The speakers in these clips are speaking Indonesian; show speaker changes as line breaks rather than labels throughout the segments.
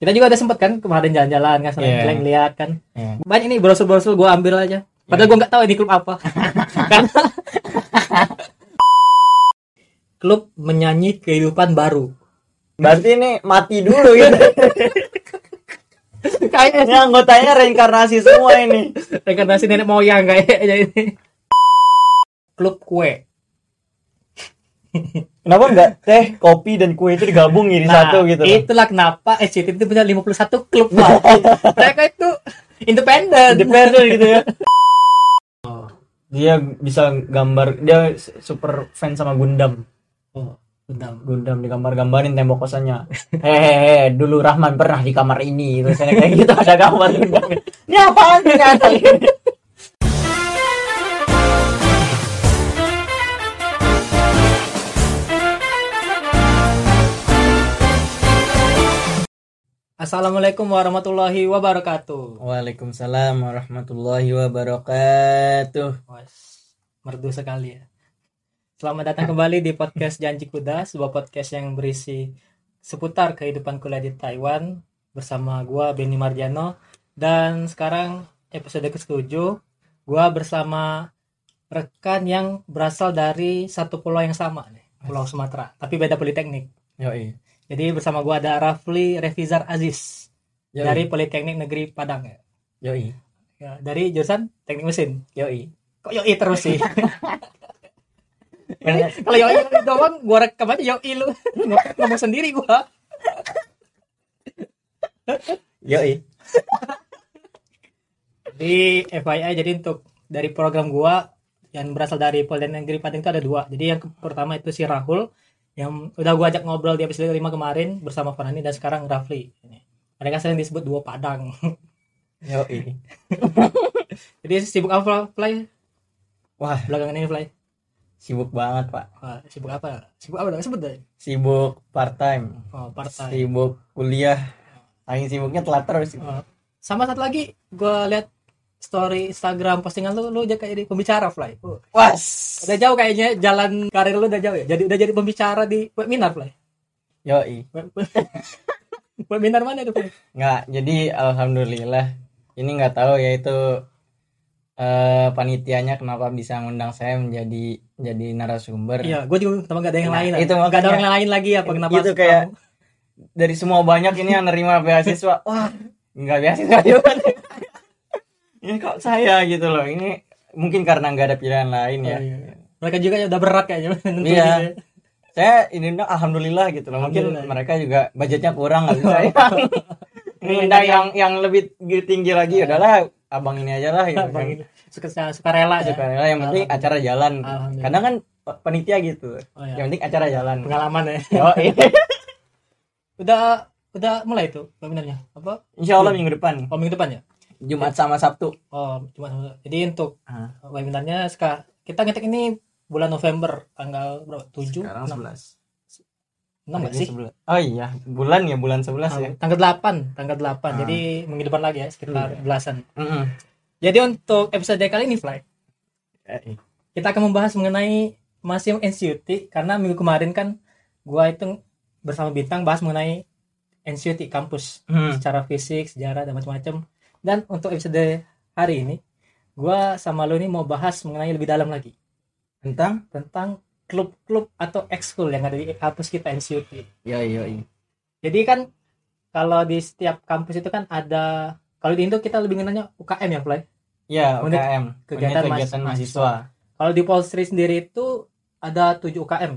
Kita juga ada sempet kan kemarin jalan-jalan kan selain
Iya.
kalian lihat kan.
Iya.
Banyak ini brosur-brosur gua ambil aja. Padahal gua nggak tahu ini klub apa. Kan? Karena klub menyanyi kehidupan baru.
Berarti ini mati dulu gitu.
Kayaknya
Ini anggotanya reinkarnasi semua ini.
rekomendasi nenek moyang kayaknya ini. Klub kue.
Kenapa enggak teh, kopi dan kue itu digabung jadi
Nah,
satu gitu? loh?
Itulah kenapa SCT itu punya 51 klub, Pak. Mereka itu independen.
Independen gitu ya. Oh, Dia bisa gambar, dia super fan sama Gundam.
Oh, bentar.
Gundam digambar-gambarin tembok kosannya. Hehehe, dulu Rahman pernah di kamar ini. Terus saya kayak gitu ada gambar Gundam. Ini apaan sih nyata ini?
Assalamualaikum warahmatullahi wabarakatuh.
Waalaikumsalam warahmatullahi wabarakatuh.
Was, merdu sekali ya. Selamat datang kembali di podcast Janji Kuda, sebuah podcast yang berisi seputar kehidupan kuliah di Taiwan bersama gua Benny Marjano dan sekarang episode ke-7 gua bersama rekan yang berasal dari satu pulau yang sama nih, Pulau Sumatera, tapi beda politeknik.
Yoi.
Jadi bersama gua ada Rafli Revizar Aziz
Yoi.
dari Politeknik Negeri Padang ya.
Yoi.
Ya, dari jurusan Teknik Mesin.
Yoi.
Kok yoi terus sih?
Iya,
Ini kalau yoi doang gua rekam aja yoi lu. Ngomong- Ngomong sendiri gua.
Yoi.
Di FYI jadi untuk dari program gua yang berasal dari Polda Negeri Padang itu ada dua. Jadi yang ke- pertama itu si Rahul yang udah gua ajak ngobrol di episode 5 kemarin bersama Fanani dan sekarang Rafli. Ini. Mereka sering disebut duo Padang.
Yoi.
Jadi sibuk apa Fly?
Wah,
Belakangan ini Fly.
sibuk banget, Pak.
Wah, sibuk apa? Sibuk apa dong? Sebut deh.
Sibuk part-time,
Oh, part time.
sibuk kuliah. Saking sibuknya telat terus.
Oh. sama satu lagi gua lihat story Instagram postingan lu lu udah kayak jadi pembicara fly Oh,
Was.
udah jauh kayaknya jalan karir lu udah jauh ya jadi udah jadi pembicara di webinar fly
Yoi.
Web- webinar mana itu fly
Nggak, jadi alhamdulillah. Ini nggak tahu ya itu eh, panitianya kenapa bisa ngundang saya menjadi jadi narasumber.
iya gua juga sama gak ada yang
Nah,
lain
itu
gak ada
makanya.
orang lain lagi ya, apa kenapa
Itu kayak- Dari semua banyak ini yang nerima beasiswa. Wah, nggak beasiswa juga. ini kok saya gitu loh. Ini mungkin karena nggak ada pilihan lain
kamu-
ya.
Oh, iya. mereka juga ya udah berat kayaknya nentuin
Iya.
gitu ya.
saya ini bilang, alhamdulillah gitu loh mungkin
Alhamdulillah. ya. Iya.
mereka juga budgetnya kurang nggak bisa yang ini undang yang yang lebih tinggi
Iya.
lagi udahlah abang ini aja lah gitu
Bang, suka suka rela ya
suka rela yang penting acara jalan
Alhamdulillah.
kadang kan penitia gitu
Oh, iya.
yang penting acara jalan
pengalaman ya
oh, iya.
udah udah mulai tuh webinarnya apa
insya Allah minggu depan
oh, minggu depan ya
Jumat sama Sabtu
oh cuma jadi untuk
Ah,
webinarnya sekarang kita ngetek ini bulan November tanggal berapa? 7
sekarang
6,
11
enggak
Ini
sih?
11. oh iya bulan ya bulan 11 ya Ah. Iya.
Tanggal 8, tanggal 8. Jadi minggu depan lagi ya sekitar belasan.
Mm-mm.
Jadi untuk episode kali ini Fly, iya.
Eh, eh.
kita akan membahas mengenai masih NCUT karena minggu kemarin kan gua itu bersama Bintang bahas mengenai NCUT kampus
Hmm.
secara fisik, sejarah dan macam-macam. Dan untuk episode hari ini gua sama lu ini mau bahas mengenai lebih dalam lagi.
tentang
tentang klub-klub atau ekskul yang ada di kampus kita NCUT.
ya iya iya.
Jadi kan kalau di setiap kampus itu kan ada kalau di Indo kita lebih mengenalnya UKM ya, Fly.
ya
Unit
UKM
kegiatan
kegiatan,
mas-
kegiatan
mahasiswa.
mahasiswa
Kalau di Polstri sendiri itu ada 7 UKM.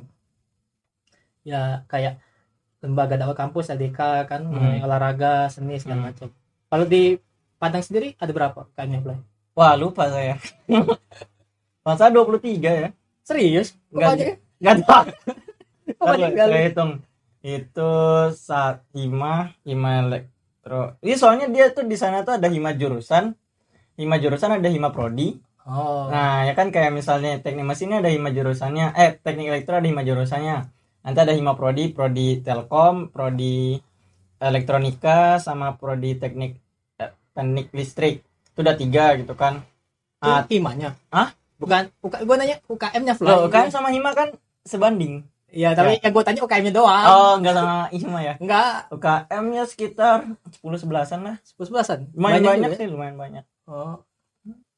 Ya kayak lembaga dakwah kampus LDK kan
Hmm.
mengenai olahraga, seni segala
Hmm.
macam. Kalau di Padang sendiri ada berapa UKM-nya, Fly?
Wah lupa saya. Masa 23 ya?
Serius? Kok
Enggak,
banyak ya?
Gak tahu.
Kok banyak
Ntar
kali?
Saya hitung. Itu saat hima, hima elektro. Ini soalnya dia tuh di sana tuh ada hima jurusan, hima jurusan ada hima prodi.
Oh.
Nah ya kan kayak misalnya teknik mesinnya ada hima jurusannya, eh teknik elektro ada hima jurusannya. Nanti ada hima prodi, prodi telkom, prodi elektronika, sama prodi teknik eh, teknik listrik. Itu udah tiga gitu kan.
itu
Ah,
himanya.
Hah? Oh,
Bukan, UK, gua nanya UKM-nya, Fly.
Loh, kan sama Hima kan sebanding.
Iya, tapi yang gue tanya UKM-nya doang.
Oh, enggak sama Ima ya.
Enggak,
UKM-nya sekitar 10 11-an lah.
10-11an.
Lumayan banyak,
juga ya.
sih, lumayan banyak.
Oh.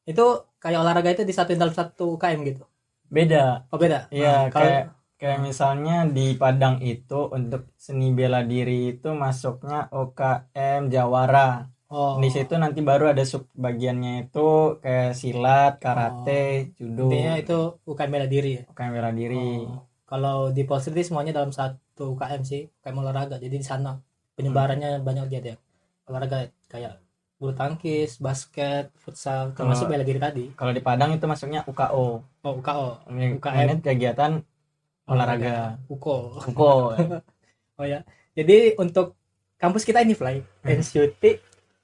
Itu kayak olahraga itu disatuin dalam satu UKM gitu.
Beda.
Oh, beda.
Iya,
Nah, kalau
kayak kayak misalnya di Padang itu untuk seni bela diri itu masuknya UKM Jawara.
oh,
Di situ nanti baru ada sub bagiannya itu kayak silat, karate, judo.
intinya itu UKM bela diri ya.
UKM bela diri.
Oh. Kalau di Polsek itu semuanya dalam satu UKM sih, UKM olahraga. Jadi di sana penyebarannya
Hmm.
banyak dia deh. Olahraga kayak bulu tangkis, basket, futsal, termasuk
Kalau-
bela diri tadi.
Kalau di Padang itu masuknya UKO.
Oh, UKO, UKM.
Unit kegiatan olahraga.
UKO.
UKO.
Oh ya. Jadi untuk kampus kita ini Fly, NCUT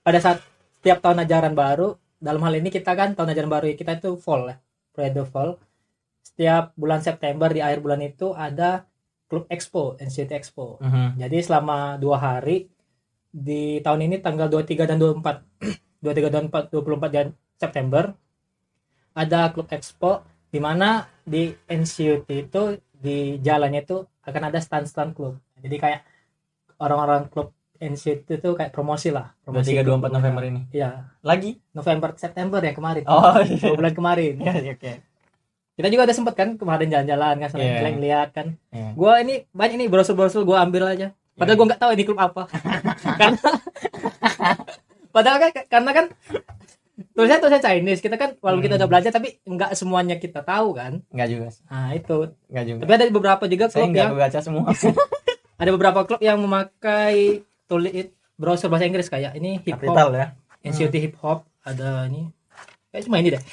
pada saat setiap tahun ajaran baru, dalam hal ini kita kan tahun ajaran baru kita itu fall ya, periode fall. Setiap bulan September di akhir bulan itu ada klub expo, NCUT expo.
Mhm.
Jadi selama dua hari di tahun ini tanggal 23 dan 24 23 dan 4, 24 Jan- September ada klub expo di mana di NCUT itu di jalannya itu akan ada stand-stand klub. Jadi kayak orang-orang klub NCUT itu kayak promosi lah, promosi
23 24
klub.
November ini.
Iya,
Lagi?
November September ya kemarin.
Oh,
Dua
iya.
bulan kemarin.
Iya, iya, oke.
Kita juga ada sempat kan kemarin jalan-jalan kan selain
Iya.
lihat kan.
Iya.
Gua ini banyak nih brosur-brosur gua ambil aja. Padahal gue nggak tahu ini klub apa. karena padahal kan karena kan tulisnya tulisnya Chinese. Kita kan walaupun kita
Hmm.
udah belajar tapi nggak semuanya kita tahu kan.
Enggak juga. sih.
Nah itu.
Enggak juga.
Tapi ada beberapa juga
Saya
klub
enggak
yang
baca semua.
ada beberapa klub yang memakai tulis browser bahasa Inggris kayak ini hip hop,
Kapital ya.
NCT hip hop ada ini. Kayak cuma ini deh.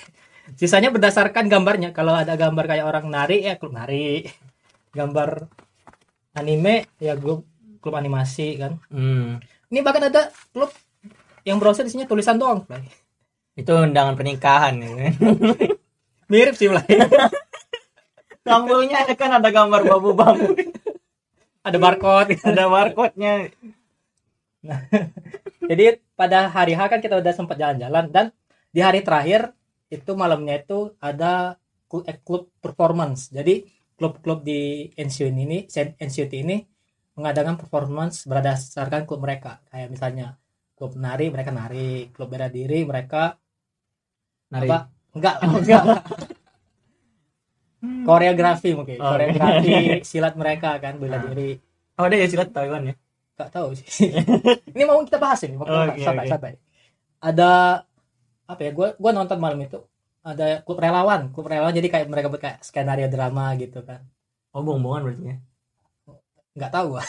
Sisanya berdasarkan gambarnya. Kalau ada gambar kayak orang nari ya klub nari. Gambar anime ya gue klub animasi kan.
Hmm.
Ini bahkan ada klub yang browser isinya tulisan doang, Blay.
Itu undangan pernikahan ya.
Mirip sih, Blay.
Sampulnya kan ada gambar bambu-bambu,
ada barcode.
ada barcode-nya.
Jadi pada hari H kan kita udah sempat jalan-jalan dan di hari terakhir itu malamnya itu ada klub, eh, klub performance. Jadi klub-klub di NCUT ini, NCUT ini mengadakan performance berdasarkan klub mereka. Kayak misalnya klub nari mereka nari, klub bela diri mereka
Nari.
apa? Enggak, enggak. koreografi mungkin
Oh.
koreografi silat mereka kan bela
Ah.
diri
Oh, ada ya silat Taiwan ya.
gak tahu sih ini mau kita bahas ini waktu
Oke,
santai
oke.
santai ada apa ya gue gua nonton malam itu ada klub relawan klub relawan jadi kayak mereka buat kayak skenario drama gitu kan
Oh, bohong-bohongan berarti ya.
nggak tahu gua.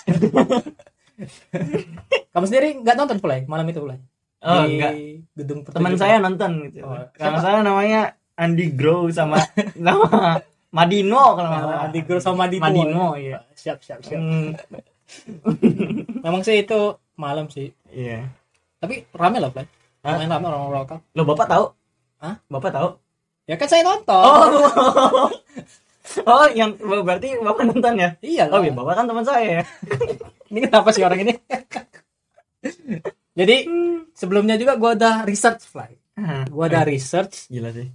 kamu sendiri nggak nonton play malam itu play
Oh,
di
enggak.
gedung
Teman
pertunjukan.
saya nonton gitu.
Oh,
Kalau nggak salah namanya Andy Grow sama nama Madino kalau nggak salah.
Nah, di grup sama di
Madino iya.
siap siap siap
Hmm,
memang sih itu malam sih
iya.
tapi rame loh play
Hah?
main rame orang-orang lokal
Lo Bapak tahu?
Hah?
Bapak tahu?
ya kan saya nonton
Oh. oh, yang berarti Bapak nonton ya?
iya
Oh,
lah
iya, Bapak kan teman saya ya.
ini kenapa sih orang ini jadi sebelumnya juga gua udah research fly
Hah,
Gua udah research
gila sih.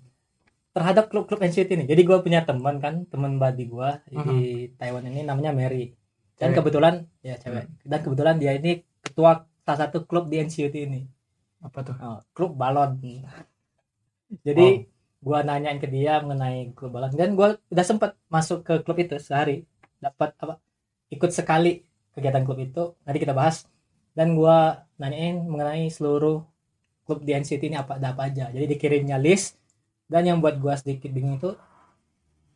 terhadap klub-klub NCT ini jadi gua punya teman kan teman badi gua di Taiwan ini namanya Mary dan
Cewek.
kebetulan ya cewek dan kebetulan dia ini ketua salah satu klub di NCT ini
Apa tuh?
Oh, klub balon jadi gua nanyain ke dia mengenai klub balon dan gua udah sempet masuk ke klub itu sehari dapat apa ikut sekali kegiatan klub itu nanti kita bahas dan gua nanyain mengenai seluruh klub di NCT ini apa ada apa aja jadi dikirimnya list dan yang buat gua sedikit bingung itu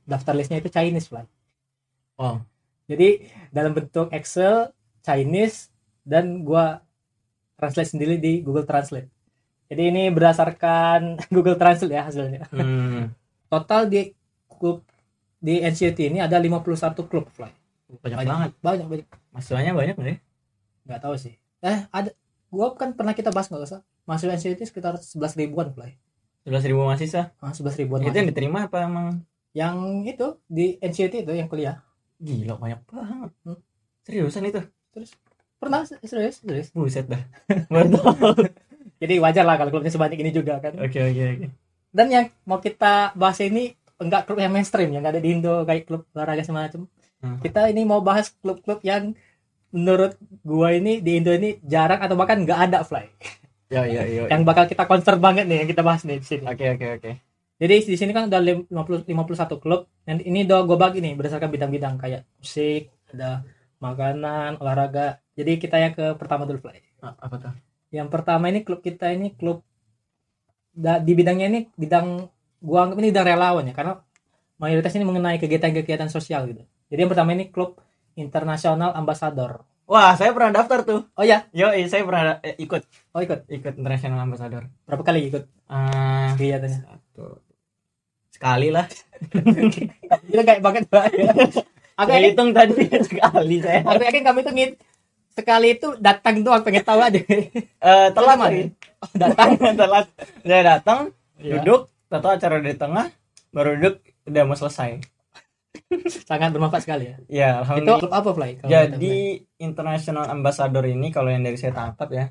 daftar listnya itu Chinese Fly
Wow.
jadi dalam bentuk Excel Chinese dan gua translate sendiri di Google Translate jadi ini berdasarkan Google Translate ya hasilnya
Hmm,
total di klub di NCT ini ada 51 klub Fly
banyak banget.
banyak banyak
Masalahnya banyak nggak ya?
nggak tahu sih eh ada gua kan pernah kita bahas nggak usah mahasiswa NCT sekitar 11 ribuan play
11 ribu mahasiswa.
ah, 11 ribuan
Itu
mahasiswa.
yang diterima apa emang?
yang itu di NCT itu yang kuliah
Gila, banyak banget.
Hmm.
Seriusan itu?
terus pernah se- serius serius
Buset dah. Baru tahu.
jadi wajar lah kalau klubnya sebanyak ini juga kan
Oke, oke, oke.
dan yang mau kita bahas ini enggak klub yang mainstream yang nggak ada di Indo kayak klub olahraga semacam
Hmm.
Kita ini mau bahas klub-klub yang menurut gua ini di Indo ini jarang atau bahkan nggak ada fly.
Ya ya ya.
Yang bakal kita concern banget nih yang kita bahas nih di sini.
Oke oke oke.
Jadi di sini kan udah lim- 50 51 klub dan ini udah gue bagi nih berdasarkan bidang-bidang kayak musik, ada makanan, olahraga. Jadi kita yang ke pertama dulu Fly.
Ah, Apa tuh?
Yang pertama ini klub kita ini klub da- di bidangnya ini bidang gua anggap ini udah relawan ya karena mayoritas ini mengenai kegiatan-kegiatan sosial gitu. Jadi yang pertama ini klub internasional ambassador.
Wah, saya pernah daftar tuh.
Oh ya,
Yo, saya pernah eh, ikut
oh ikut.
ikut International Ambassador.
Berapa kali ikut
Eh,
kegiatannya?
satu. Sekali lah.
Gila kayak banget banget. Aku
Saya
yakin
hitung tadi sekali saya.
Aku yakin kamu itu ngit sekali itu datang doang pengen tahu aja.
Eh, telat
Teman.
sih.
Oh, datang.
telat. Saya datang,
Iya.
duduk, tahu acara di tengah, baru duduk udah mau selesai.
Sangat bermanfaat sekali ya.
Ya,
Itu
alhamdulillah.
klub apa Fly? Kalau
Jadi International Ambassador ini kalau yang dari saya tangkap ya,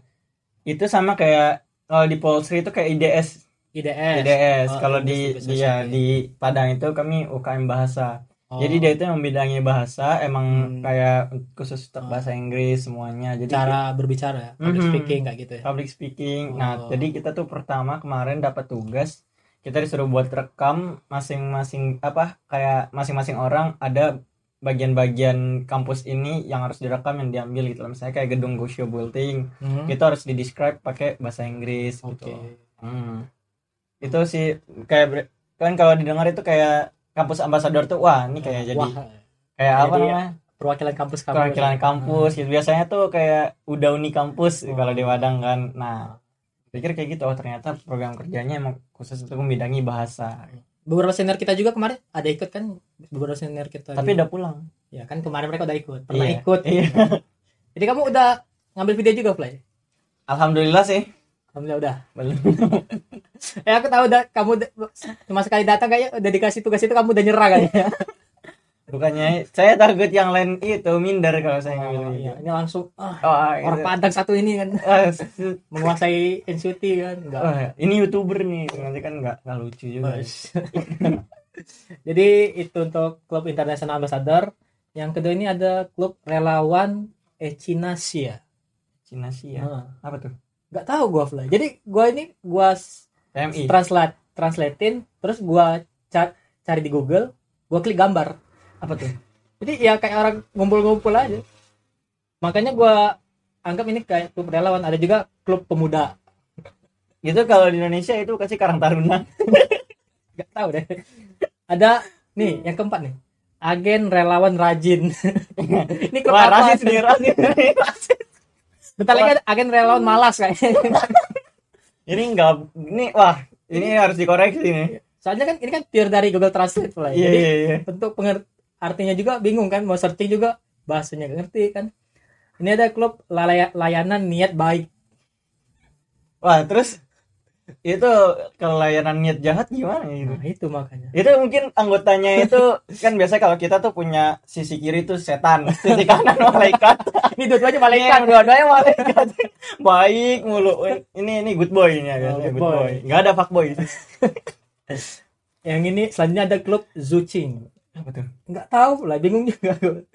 itu sama kayak kalau di Polsri itu kayak IDS
kita bilang? IDS.
IDS.
Oh,
kalau
Indonesian
di
Business
dia
Society.
di Padang itu kami UKM bahasa.
Oh,
Jadi dia itu yang bidangi bahasa,
Hmm.
emang kayak khusus untuk
Oh.
bahasa Inggris semuanya. Jadi
cara berbicara ya, public
Mhm.
speaking kayak gitu ya.
public speaking.
Oh.
Nah, jadi kita tuh pertama kemarin dapat tugas kita disuruh buat rekam masing-masing apa kayak masing-masing orang ada bagian-bagian kampus ini yang harus direkam yang diambil gitu. Misalnya kayak gedung Gosio Building,
Hmm.
itu harus di-describe pakai bahasa Inggris
Oke.
gitu. Hmm. Itu sih kayak ber- kan kalau didengar itu kayak kampus ambasador tuh wah ini kayak jadi
Wah,
kayak apa
jadi
namanya?
perwakilan ya. kampus-kampus.
perwakilan kampus gitu. Biasanya tuh kayak udah uni kampus
Oh.
kalau di Padang kan. Nah, pikir kayak gitu oh ternyata program kerjanya emang khusus untuk membidangi bahasa.
Beberapa senior kita juga kemarin ada ikut kan beberapa senior kita.
Tapi
juga.
udah pulang.
ya kan kemarin mereka udah ikut, pernah
Iya.
ikut.
Iya.
Jadi kamu udah ngambil video juga Fly?
Alhamdulillah sih.
Alhamdulillah udah.
Belum.
Eh aku tahu udah kamu udah- cuma sekali datang kayaknya udah dikasih tugas itu kamu udah nyerah kan?
Iya,
Nah, kayaknya.
Bukannya saya target yang lain itu minder kalau saya ngambil
Oh,
gitu.
iya. Ini langsung ah,
Oh,
orang
itu.
Padang satu ini kan
Ah, s-
menguasai NCT kan enggak.
oh, ini youtuber nih nanti kan nggak nggak lucu juga
Bos. Jadi itu untuk klub internasional ambassador. Yang kedua ini ada klub relawan Ecinasia.
Cina sih ya
Heeh.
apa tuh
Nggak tahu gua Fly. Jadi gua ini gua s-
PMI
translate translatein terus gua ca- cari di Google, gua klik gambar.
apa tuh
Jadi ya kayak orang ngumpul-ngumpul aja. Makanya gua anggap ini kayak klub relawan. Ada juga klub pemuda.
itu Gitu kalau di Indonesia itu kasih Karang Taruna
Gak tahu deh. Ada nih yang keempat nih. Agen relawan rajin. ini klub
wah
apa?
rasis nih rasis nih.
Bentar lagi ada agen relawan malas kayaknya.
ini enggak ini wah ini harus dikoreksi nih
Soalnya kan ini kan pure dari Google Translate lah. ya.
iya
Jadi
iya iya
bentuk penger- artinya juga bingung kan mau searching juga bahasanya gak ngerti kan. Ini ada klub lalaya- layanan niat baik.
wah terus itu kalau layanan niat jahat gimana gitu
Nah, itu makanya.
itu mungkin anggotanya itu kan biasa kalau kita tuh punya sisi kiri tuh setan sisi kanan malaikat
Ini dua-duanya
Ini
malaikat.
yang dua-duanya malaikat baik mulu ini ini good boy ini ya
Oh,
biasanya
good
good boy
boy.
nggak ada fuck boy
Yang ini selanjutnya ada klub Zuching.
apa tuh
nggak tahu lah bingung juga gue.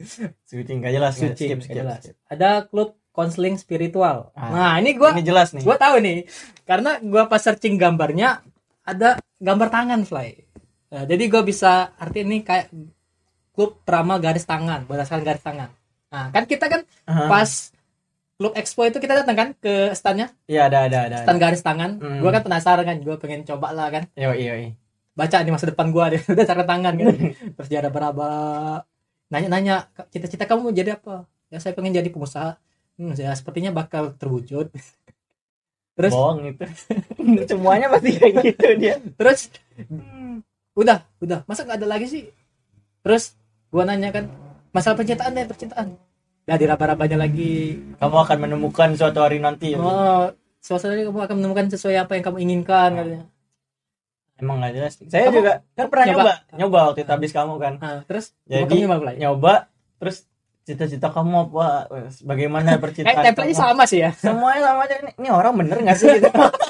switching nggak jelas nggak-
Suci,
Iya, skip skip,
jelas.
skip.
ada klub konseling spiritual
Ah.
nah ini gua
ini jelas nih
gua tahu nih karena gua pas searching gambarnya ada gambar tangan fly Nah, jadi gua bisa arti ini kayak klub prama garis tangan berdasarkan garis tangan nah kan kita kan
Aha.
pas klub expo itu kita datang kan ke standnya
iya ada ada ada, ada.
stand garis tangan
Hmm.
gua kan penasaran kan gua pengen coba lah kan
Yo, yo, yo.
baca di masa depan gua deh udah cara tangan kan
Hmm.
terus dia ada berapa nanya-nanya "Kak, cita-cita kamu mau jadi apa ya saya pengen jadi pengusaha hmm, ya sepertinya bakal terwujud terus
bohong itu semuanya pasti kayak gitu dia
terus udah udah masa nggak ada lagi sih terus gua nanya kan masalah percintaan deh percintaan ya diraba-rabanya lagi
kamu akan menemukan suatu hari nanti
oh suasananya kamu akan menemukan sesuai apa yang kamu inginkan
Ah.
katanya
emang nggak jelas saya
Kamu
juga kan pernah nyoba
nyoba?
nyoba, waktu itu habis kamu kan
nah, terus
Jadi-
kamu gimana Blay? Eh,
nyoba terus cita-cita kamu apa bagaimana
eh
percintaan
template-nya
kamu?
sama sih ya
semuanya sama aja ini, ini orang bener nggak sih gitu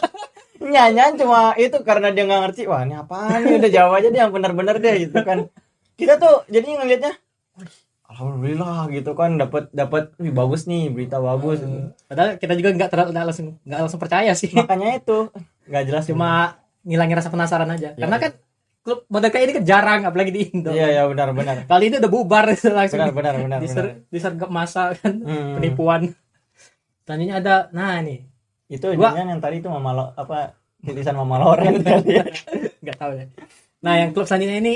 nyanyian cuma itu karena dia nggak ngerti wah ini apaan nih udah jawab aja dia yang bener-bener deh gitu kan kita tuh jadi ngelihatnya "Wih, alhamdulillah gitu kan dapat dapat wih bagus nih berita bagus
Eh, padahal kita juga nggak terlalu nggak langsung nggak langsung percaya sih
makanya itu nggak jelas
cuma ngilangin rasa penasaran aja
Iya,
karena
iya.
kan klub Merdeka ini kan jarang apalagi di Indo
iya ya benar benar
kali ini udah bubar langsung
benar benar benar benar
diser- disergap masa kan
Hmm.
penipuan selanjutnya ada nah ini
itu
Gua-
jangan yang tadi itu mama Lo- apa tulisan mama Loren kali ya
nggak tahu ya nah yang klub selanjutnya ini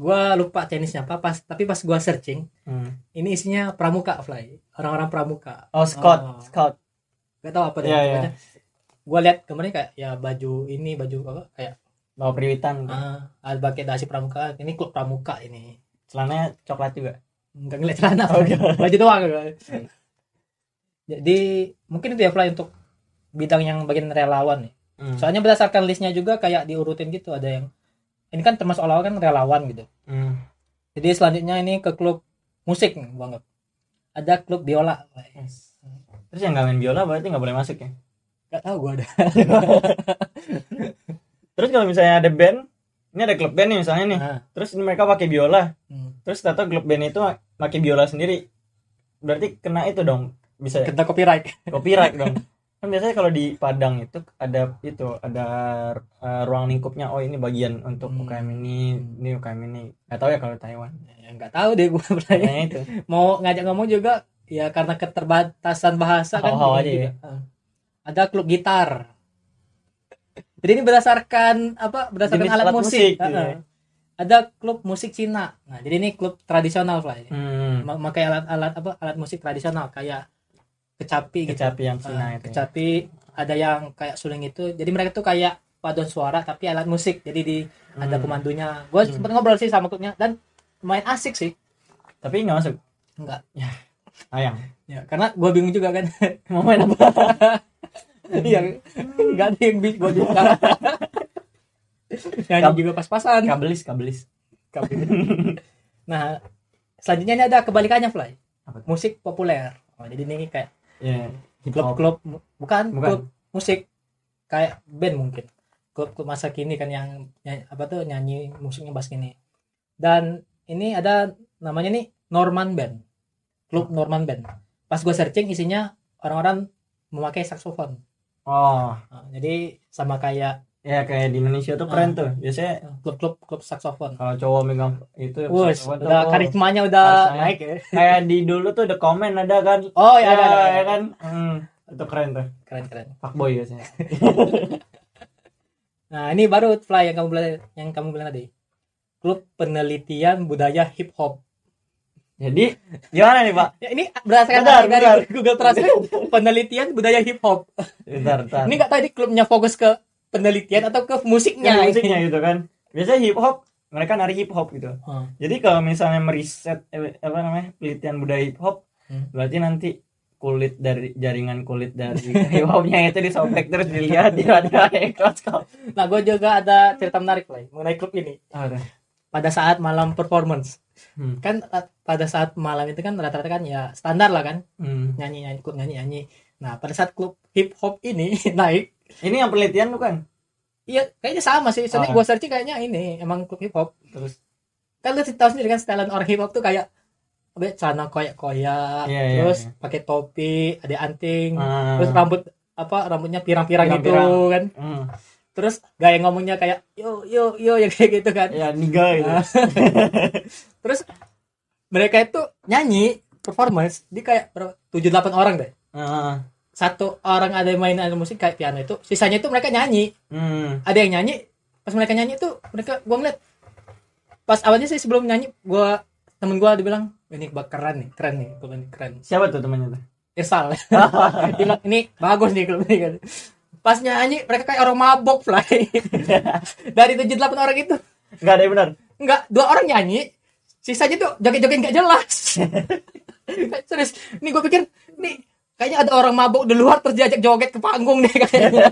gua lupa tenisnya apa pas tapi pas gua searching
Hmm.
ini isinya pramuka fly orang-orang pramuka
oh Scott
Oh.
Scott
nggak tahu apa deh
Iya, iya.
pokoknya. gua lihat kemarin kayak ya baju ini baju apa kayak
bawa periwitan
ah albaket dasi pramuka ini klub pramuka ini
celananya coklat juga
nggak ngeliat celana
Oh, iya.
baju doang jadi mungkin itu ya Fly untuk bidang yang bagian relawan nih
Hmm.
soalnya berdasarkan listnya juga kayak diurutin gitu ada yang ini kan termasuk awal kan relawan gitu
Hmm.
jadi selanjutnya ini ke klub musik nih, Bang Gap. ada klub biola
terus yang nggak main biola berarti nggak boleh masuk ya
nggak tahu gua ada
terus kalau misalnya ada band ini ada klub band nih misalnya nih
Ah,
terus ini mereka pakai biola
hmm.
terus tato klub band itu pakai biola sendiri berarti kena itu dong bisa ya?
kena copyright
copyright dong kan biasanya kalau di Padang itu ada itu ada eh, ruang lingkupnya oh ini bagian untuk
Hmm.
UKM ini ini UKM ini nggak tahu ya kalau Taiwan
Ya, nggak tahu deh gua Fly.
kayaknya itu
mau ngajak ngomong juga ya karena keterbatasan bahasa kan bingung
Hawa-hawa aja ya.
juga. Ah. ada klub gitar jadi ini berdasarkan apa berdasarkan
Jenis
alat,
alat musik,
musik, Ah,
iya.
ah. ada klub musik Cina nah jadi ini klub tradisional lah ini
hmm,
memakai alat-alat apa alat musik tradisional kayak kecapi gitu
kecapi yang
Ah,
Cina itu ya.
kecapi ada yang kayak suling itu jadi mereka tuh kayak paduan suara tapi alat musik jadi di ada
Hmm.
pemandunya gue sempet ngobrol sih sama klubnya dan main asik sih
tapi nggak masuk
enggak
ayang
ya karena gue bingung juga kan
mau main apa Hmm.
yang nggak Iya. ada yang gue juga nyanyi
Kab-
juga pas-pasan
kabelis kabelis
nah selanjutnya ini ada kebalikannya Fly
Apa tuh?
musik populer oh, jadi ini kayak
ya hip hop
klub-klub mu- bukan,
Bukan.
klub musik kayak band mungkin klub-klub masa kini kan yang, yang apa tuh nyanyi musiknya bass kini dan ini ada namanya nih Norman Band klub Norman Band pas gue searching isinya orang-orang memakai saksofon
oh
Nah, jadi sama kayak eh,
ya kayak di Indonesia tuh keren
Ah.
tuh biasanya
klub-klub klub saksofon.
kalau cowok megang itu
Wus,
saksofon tuh,
udah
oh.
karismanya udah
Karismanya.
naik ya.
kayak di dulu tuh the comment ada kan
Oh ya, ada, ada, ada.
ya kan hmm, itu keren tuh
keren keren.
fuckboy biasanya
Nah ini baru fly yang kamu bilang yang kamu bilang tadi. Klub penelitian budaya hip hop.
jadi gimana nih pak
Ya, ini berdasarkan
Bentar,
dari
bentar.
Google Translate penelitian budaya hip hop.
bentar bentar
Ini nggak tahu ini klubnya fokus ke penelitian atau ke musiknya.
Kan musiknya gitu kan biasanya hip hop mereka nari hip hop gitu
Hmm.
jadi kalau misalnya meriset eh, apa namanya penelitian budaya hip hop
Hmm.
berarti nanti kulit dari jaringan kulit dari hip hopnya itu disobek terus dilihat di ada kelas kau
Nah gue juga ada cerita menarik Fly mengenai klub ini. Pada saat malam performance
Hmm.
kan eh, pada saat malam itu kan rata-rata kan ya standar lah kan
Hmm.
nyanyi nyanyi klub nyanyi nyanyi nah pada saat klub hip hop ini naik
ini yang penelitian bukan
iya kayaknya sama sih soalnya
Ah.
gua searching kayaknya ini emang klub hip hop
terus
kan lu tahu sendiri kan setelan orang hip hop tuh kayak kayak celana koyak koyak
Iya, iya,
terus
iya.
pakai topi ada anting
Ah.
Hmm. terus rambut apa rambutnya pirang-pirang gitu
Pirang-pirang.
kan
Hmm.
terus gaya ngomongnya kayak yo yo yo ya kayak gitu kan
ya niga gitu
Ah. terus mereka itu nyanyi performance di kayak tujuh delapan orang deh
Ah.
satu orang ada yang main alat musik kayak piano itu sisanya itu mereka nyanyi
Hmm.
ada yang nyanyi pas mereka nyanyi itu mereka gua ngeliat pas awalnya sih sebelum nyanyi gua temen gua dibilang ini bak- keren nih keren nih klub ini keren
siapa tuh temannya tuh
Irsal bilang ini bagus nih klub ini kan pas nyanyi mereka kayak orang mabok fly dari tujuh delapan orang itu
nggak ada yang benar
enggak dua orang nyanyi sisanya tuh joget-joget nggak jelas serius nih gue pikir nih kayaknya ada orang mabuk di luar terus diajak joget ke panggung deh kayaknya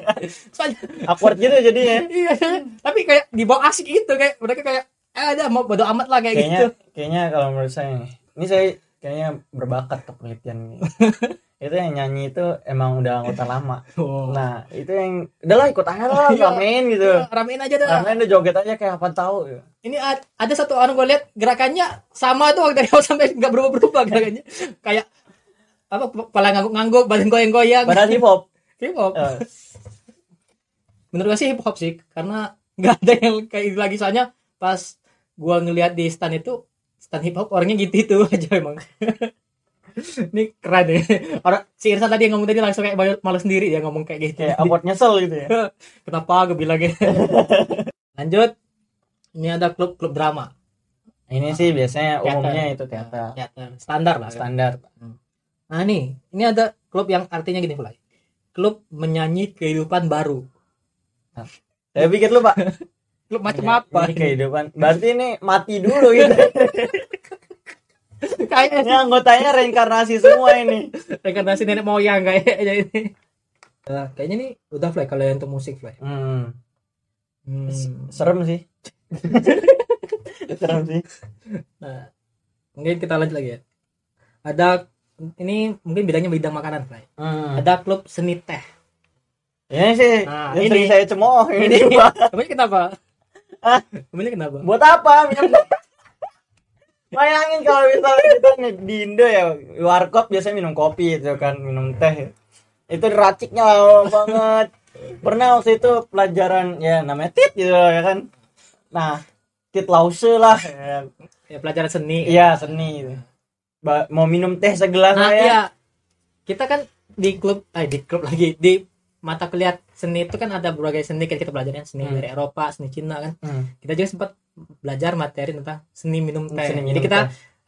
soalnya
awkward gitu jadinya
iya tapi kayak di bawah asik gitu kayak mereka kayak eh ada mau bodo amat lah kayak gitu
kayaknya kayaknya kalau menurut saya nih, ini saya kayaknya berbakat ke penelitian ini itu yang nyanyi itu emang udah anggota lama
Oh.
nah itu yang udah lah ikut aja lah
Iya.
ramein gitu
Ya, ramein aja dah.
ramein udah joget aja kayak gitu. apa tahu
Ini ad- ada satu orang gue lihat gerakannya sama tuh dari awal sampai nggak berubah-berubah gerakannya. Kayak apa kepala ngangguk-ngangguk, badan goyang-goyang.
padahal hip hop
K-pop.
Eh,
Menurut gue sih hip hop sih karena nggak ada yang kayak itu lagi soalnya pas gua ngelihat di stand itu stand hip hop orangnya gitu itu aja emang. Ini keren ya. Orang si Irsa tadi yang ngomong tadi langsung kayak malu- malu sendiri dia ngomong kayak gitu.
kayak awkward nyesel gitu ya
Kenapa gue bilangnya? Lanjut. Ini ada klub-klub drama.
ini sih
Teater.
biasanya
Iya.
umumnya itu teater
Teater. ya, Standar lah.
standar
Nah ini, ini ada klub yang artinya gini pula. Klub menyanyi kehidupan baru.
saya pikir lu pak
Klub macam apa?
ini kehidupan berarti ini mati dulu gitu ini
Kayaknya
anggotanya reinkarnasi semua ini
reinkarnasi nenek moyang kayaknya ini. Nah, kayaknya nih udah Fly kalau yang untuk musik Fly.
hmm,
Hmm.
serem sih serem sih
Nah, mungkin kita lanjut lagi ya. Ada ini mungkin bidangnya bidang makanan Fly.
hmm.
Ada klub seni teh.
ini Ya sih
Nah,
yang
ini.
sering saya cemooh ini
Ini.
Pak.
Namanya kenapa?
Hah?
Namanya kenapa?
buat apa bayangin kalau misalnya kita nih di Indo ya warkop biasanya minum kopi itu kan minum teh itu raciknya lama banget pernah waktu itu pelajaran ya namanya tit gitu ya kan nah tit lause lah ya,
Ya pelajaran seni.
Iya, seni gitu. Ba- mau minum teh segelas
Nah,
saya
iya. Kita kan di klub eh di klub lagi di mata kuliah seni itu kan ada berbagai seni kan kita belajarnya seni
Hmm.
dari Eropa, seni Cina kan.
Hmm.
Kita juga sempat belajar materi tentang seni minum teh.
Seni
Jadi
minum
kita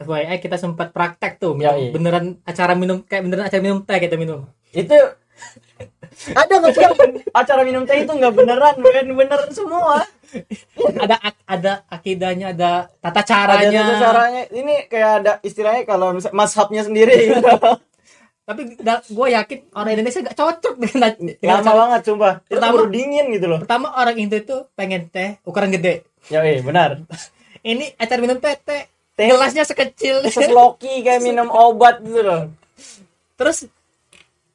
FYI kita sempat praktek tuh minum-
Yoi.
beneran acara minum kayak beneran acara minum teh kita minum.
itu ada nggak sih yang ben- acara minum teh itu nggak beneran bener bener semua
ada ak- ada akidahnya, ada tata
ada
caranya.
satu caranya ini kayak ada istilahnya kalau misal mazhabnya sendiri gitu.
Tapi gue yakin orang Indonesia gak cocok dengan dengan
lama
cara-
banget sumpah itu
Pertama-
baru dingin gitu loh
Pertama orang Indo itu pengen teh ukuran gede.
ya iya benar
Ini acara minum teh teh gelasnya sekecil.
sesloki kayak minum obat gitu loh
Terus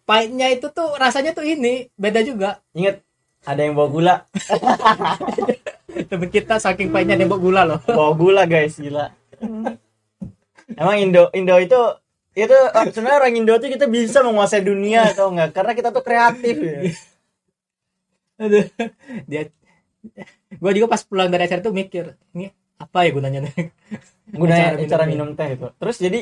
pahitnya itu tuh rasanya tuh ini beda juga.
inget ada yang bawa gula
Temen kita saking pahitnya nembok gula loh.
bawa gula guys gila emang Indo Indo itu itu eh, sebenarnya orang Indo tuh kita bisa menguasai dunia atau enggak karena kita tuh kreatif ya.
Aduh. Dia gua juga pas pulang dari acara tuh mikir, ini apa ya gunanya nih?
gunanya cara,
Cara minum
minum teh itu terus jadi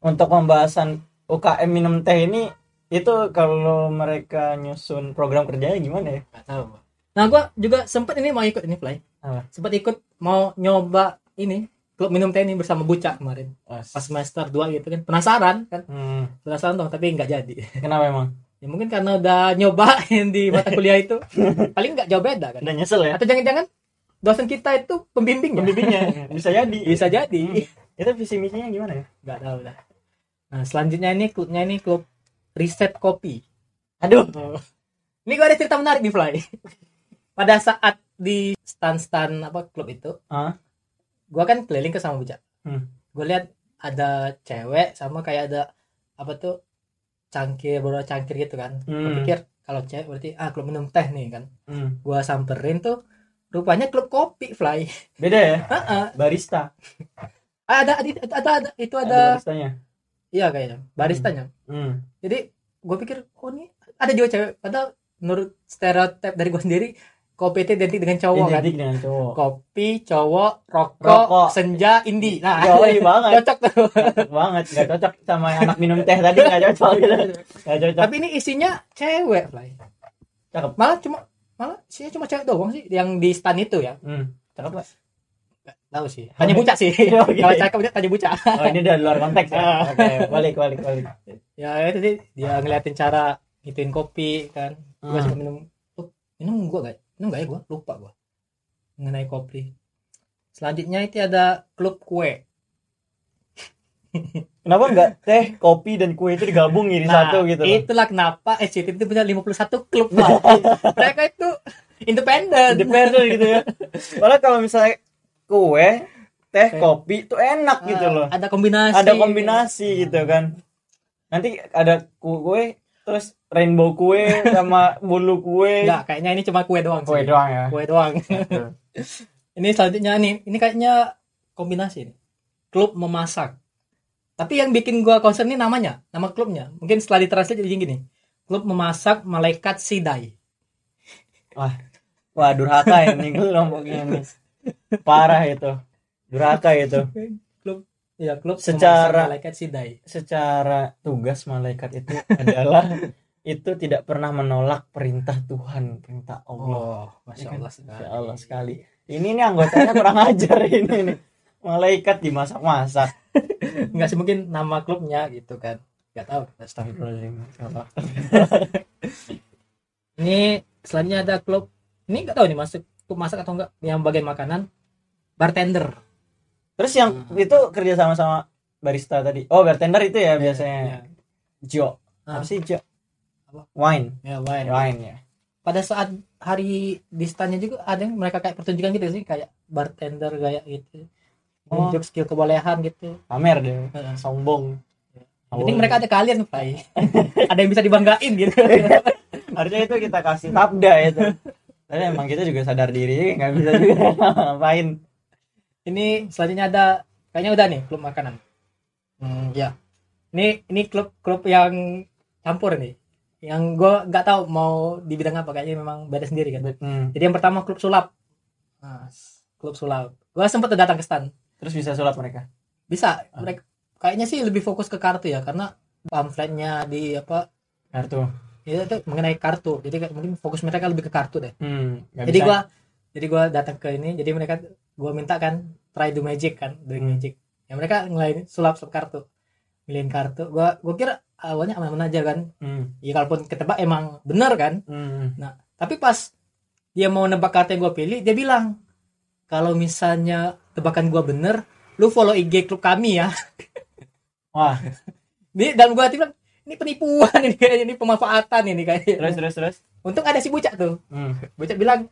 untuk pembahasan UKM minum teh ini itu kalau mereka nyusun program kerjanya gimana ya
Gak tahu. gua. Nah, gua juga sempat ini mau ikut ini play.
Apa?
Sempat ikut mau nyoba ini klub minum teh ini bersama Buca kemarin pas
Pas-
semester 2 gitu kan penasaran kan
Hmm,
penasaran dong tapi nggak jadi
kenapa emang
ya mungkin karena udah nyobain di mata kuliah itu paling nggak jauh beda kan
udah nyesel ya
atau jangan-jangan dosen kita itu pembimbingnya
pembimbingnya Iya. bisa jadi
bisa
Hmm.
jadi
itu visi misinya gimana ya
nggak tahu dah nah selanjutnya ini klubnya ini klub riset kopi
aduh
ini gua ada cerita menarik nih Fly pada saat di stand stand apa klub itu
Ah.
gua kan keliling ke sama bujak
Hmm.
gua lihat ada cewek sama kayak ada apa tuh cangkir baru cangkir gitu kan Gua
hmm.
pikir kalau cewek berarti ah klub minum teh nih kan
Hmm.
gua samperin tuh rupanya klub kopi Fly
beda ya
Heeh.
barista
ada, ada ada ada itu ada
ada baristanya
Iya kayaknya baristanya.
Hmm.
Jadi gue pikir oh ini ada juga cewek. Padahal menurut stereotip dari gue sendiri kopi itu identik dengan cowok kan.
identik dengan cowok
Kopi, cowok, rokok,
Rokok.
senja, indi. Nah,
Yoi banget.
cocok tuh.
Cocok banget nggak cocok sama yang anak minum teh tadi nggak cocok gitu nggak cocok
Tapi ini isinya cewek, Fly.
Cakep.
Malah cuma malah isinya cuma cewek doang sih yang di stan itu ya.
hmm. cakep lah
Nggak Tahu sih. Tanya buca sih.
Iya, oke.
Kalau cakep dia tanya buca.
oh ini udah luar konteks ya oke balik balik balik
ya itu sih dia ngeliatin cara ngituin kopi kan gue
Hmm.
suka minum "Lu minum gua gak minum gak ya gua lupa gua mengenai kopi selanjutnya itu ada klub kue
Kenapa enggak teh, kopi dan kue itu digabung jadi satu gitu loh.
Nah, itulah kenapa SCT itu punya 51 klub Pak. mereka itu independen
Independen gitu ya. Malah kalau misalnya kue, teh, kopi itu enak
Ah,
gitu loh.
ada kombinasi
Ada kombinasi gitu kan. nanti ada kue terus rainbow kue sama bulu kue
Enggak, kayaknya ini cuma kue doang.
kue
sih.
doang ya
Kue doang. ini selanjutnya nih, ini kayaknya kombinasi nih. Klub memasak. Tapi yang bikin gua concern ini namanya, nama klubnya. Mungkin setelah ditranslate jadi gini. Klub memasak malaikat sidai.
wah durhaka ini gue ngomongnya nih parah itu durhaka itu
Ya, klub
Secara-
memasak malaikat sidai.
secara tugas malaikat itu adalah itu tidak pernah menolak perintah Tuhan perintah
Oh,
Allah
masya Allah sekali.
Masya Allah sekali ini nih anggotanya kurang ajar ini nih malaikat dimasak-masak
Enggak sih mungkin nama klubnya gitu kan. Enggak tahu. Astagfirullah.
Astagfirullahaladzim. Salah.
Ini selanjutnya ada klub. Ini enggak tahu nih masuk klub masak atau enggak yang bagian makanan. Bartender.
terus yang
Hmm.
itu kerja sama-sama barista tadi oh bartender itu ya biasanya
Ya,
Jo
Ah.
apa sih Jo
Apa?
wine
ya, lain.
wine ya
Pada saat hari di standnya juga ada yang mereka kayak pertunjukan gitu sih kayak bartender kayak gitu.
Oh.
Menunjuk skill kebolehan gitu.
pamer deh
Heeh.
sombong Oh.
Jadi mereka ada kalian, Pak. ada yang bisa dibanggain gitu.
harusnya itu kita kasih tabda itu tapi emang kita juga sadar diri nggak bisa juga ngapain
ini selanjutnya ada kayaknya udah nih klub makanan hmm, ya ini ini klub klub yang campur nih yang gue nggak tahu mau di bidang apa kayaknya memang beda sendiri kan
Hmm.
jadi yang pertama klub sulap nah, s- klub sulap gue sempet tuh datang ke stand
terus bisa sulap mereka
bisa
Ah.
mereka kayaknya sih lebih fokus ke kartu ya karena pamfletnya di apa
kartu
ya itu mengenai kartu jadi kayak mungkin fokus mereka lebih ke kartu deh
hmm, nggak
jadi
bisa.
gua jadi gua datang ke ini jadi mereka gua minta kan try do magic kan do
Hmm.
magic ya mereka ngelain sulap sulap kartu milihin kartu gua gua kira awalnya aman-aman aja kan
hmm.
ya kalaupun ketebak emang bener kan
Hmm.
tapi pas dia mau nebak kartu yang gua pilih dia bilang kalau misalnya tebakan gua bener lu follow IG klub kami ya
wah
ini dalam gua hati bilang ini penipuan ini kayaknya ini pemanfaatan ini kayaknya
terus terus terus
untung ada si bucak tuh
Hmm.
bucak bilang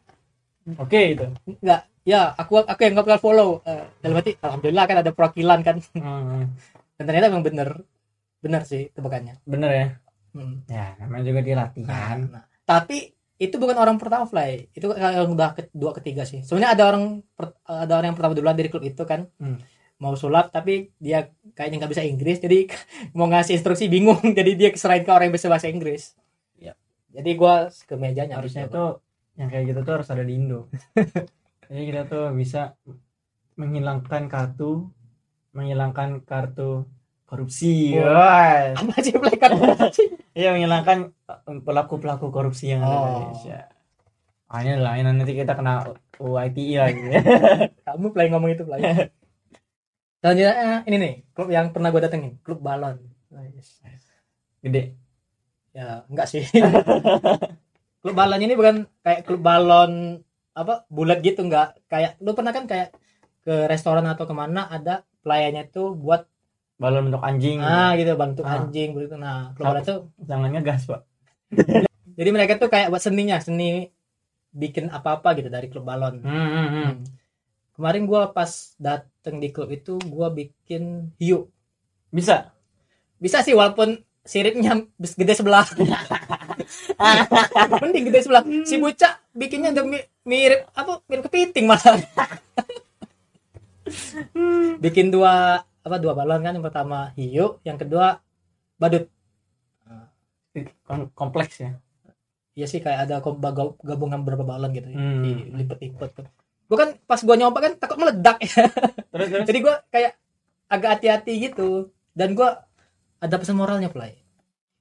oke gitu. itu
Enggak, ya aku aku yang nggak bakal follow. Eh, dalam arti alhamdulillah kan ada perwakilan kan.
Hmm.
Dan ternyata memang bener bener sih tebakannya.
bener ya
Hmm.
ya namanya juga dia
Nah,
latihan
nah. tapi itu bukan orang pertama fly. Itu kalau udah kedua ketiga sih. Sebenarnya ada orang per- ada orang yang pertama duluan dari klub itu kan.
Hmm.
Mau sulap tapi dia kayaknya nggak bisa Inggris jadi mau ngasih instruksi bingung jadi dia keserahin ke orang yang bisa bahasa Inggris.
Iya.
Jadi gua ke mejanya
harusnya itu yang kayak gitu tuh harus ada di Indo jadi kita tuh bisa menghilangkan kartu menghilangkan kartu korupsi
Oh.
Wah.
apa sih Fly, kan?
Iya menghilangkan pelaku pelaku korupsi yang ada di
Oh.
Indonesia. Ah, ini lah, ini nanti kita kena UITI E lagi.
Kamu play ngomong itu play. Selanjutnya eh, ini nih klub yang pernah gue datengin, klub balon. Nice.
Gede.
Ya enggak sih. klub balon ini bukan kayak klub balon apa bulat gitu enggak. Kayak lu pernah kan kayak ke restoran atau kemana ada pelayannya tuh buat
Balon bentuk anjing.
ah gitu bantu
Hmm. Ah.
anjing gitu. Nah klub
Satu.
balon tuh
Jangan ngegas, Pak.
jadi mereka tuh kayak buat seninya seni bikin apa-apa gitu dari klub balon.
Hmm, hmm, hmm.
Hmm. Kemarin gua pas dateng di klub itu gua bikin hiu.
Bisa.
bisa sih walaupun siripnya bes- gede sebelah mending gede sebelah si buca bikinnya udah mi- mirip apa mirip kepiting malah bikin dua apa dua balon kan yang pertama hiu yang kedua badut
Kom- Kompleks ya.
ya sih kayak ada kom- baga- gabungan beberapa balon gitu
Hmm.
dilipet-lipet tuh gue kan pas gua nyoba kan takut meledak
Terus terus.
jadi gua kayak agak hati-hati gitu dan gua ada pesan moralnya play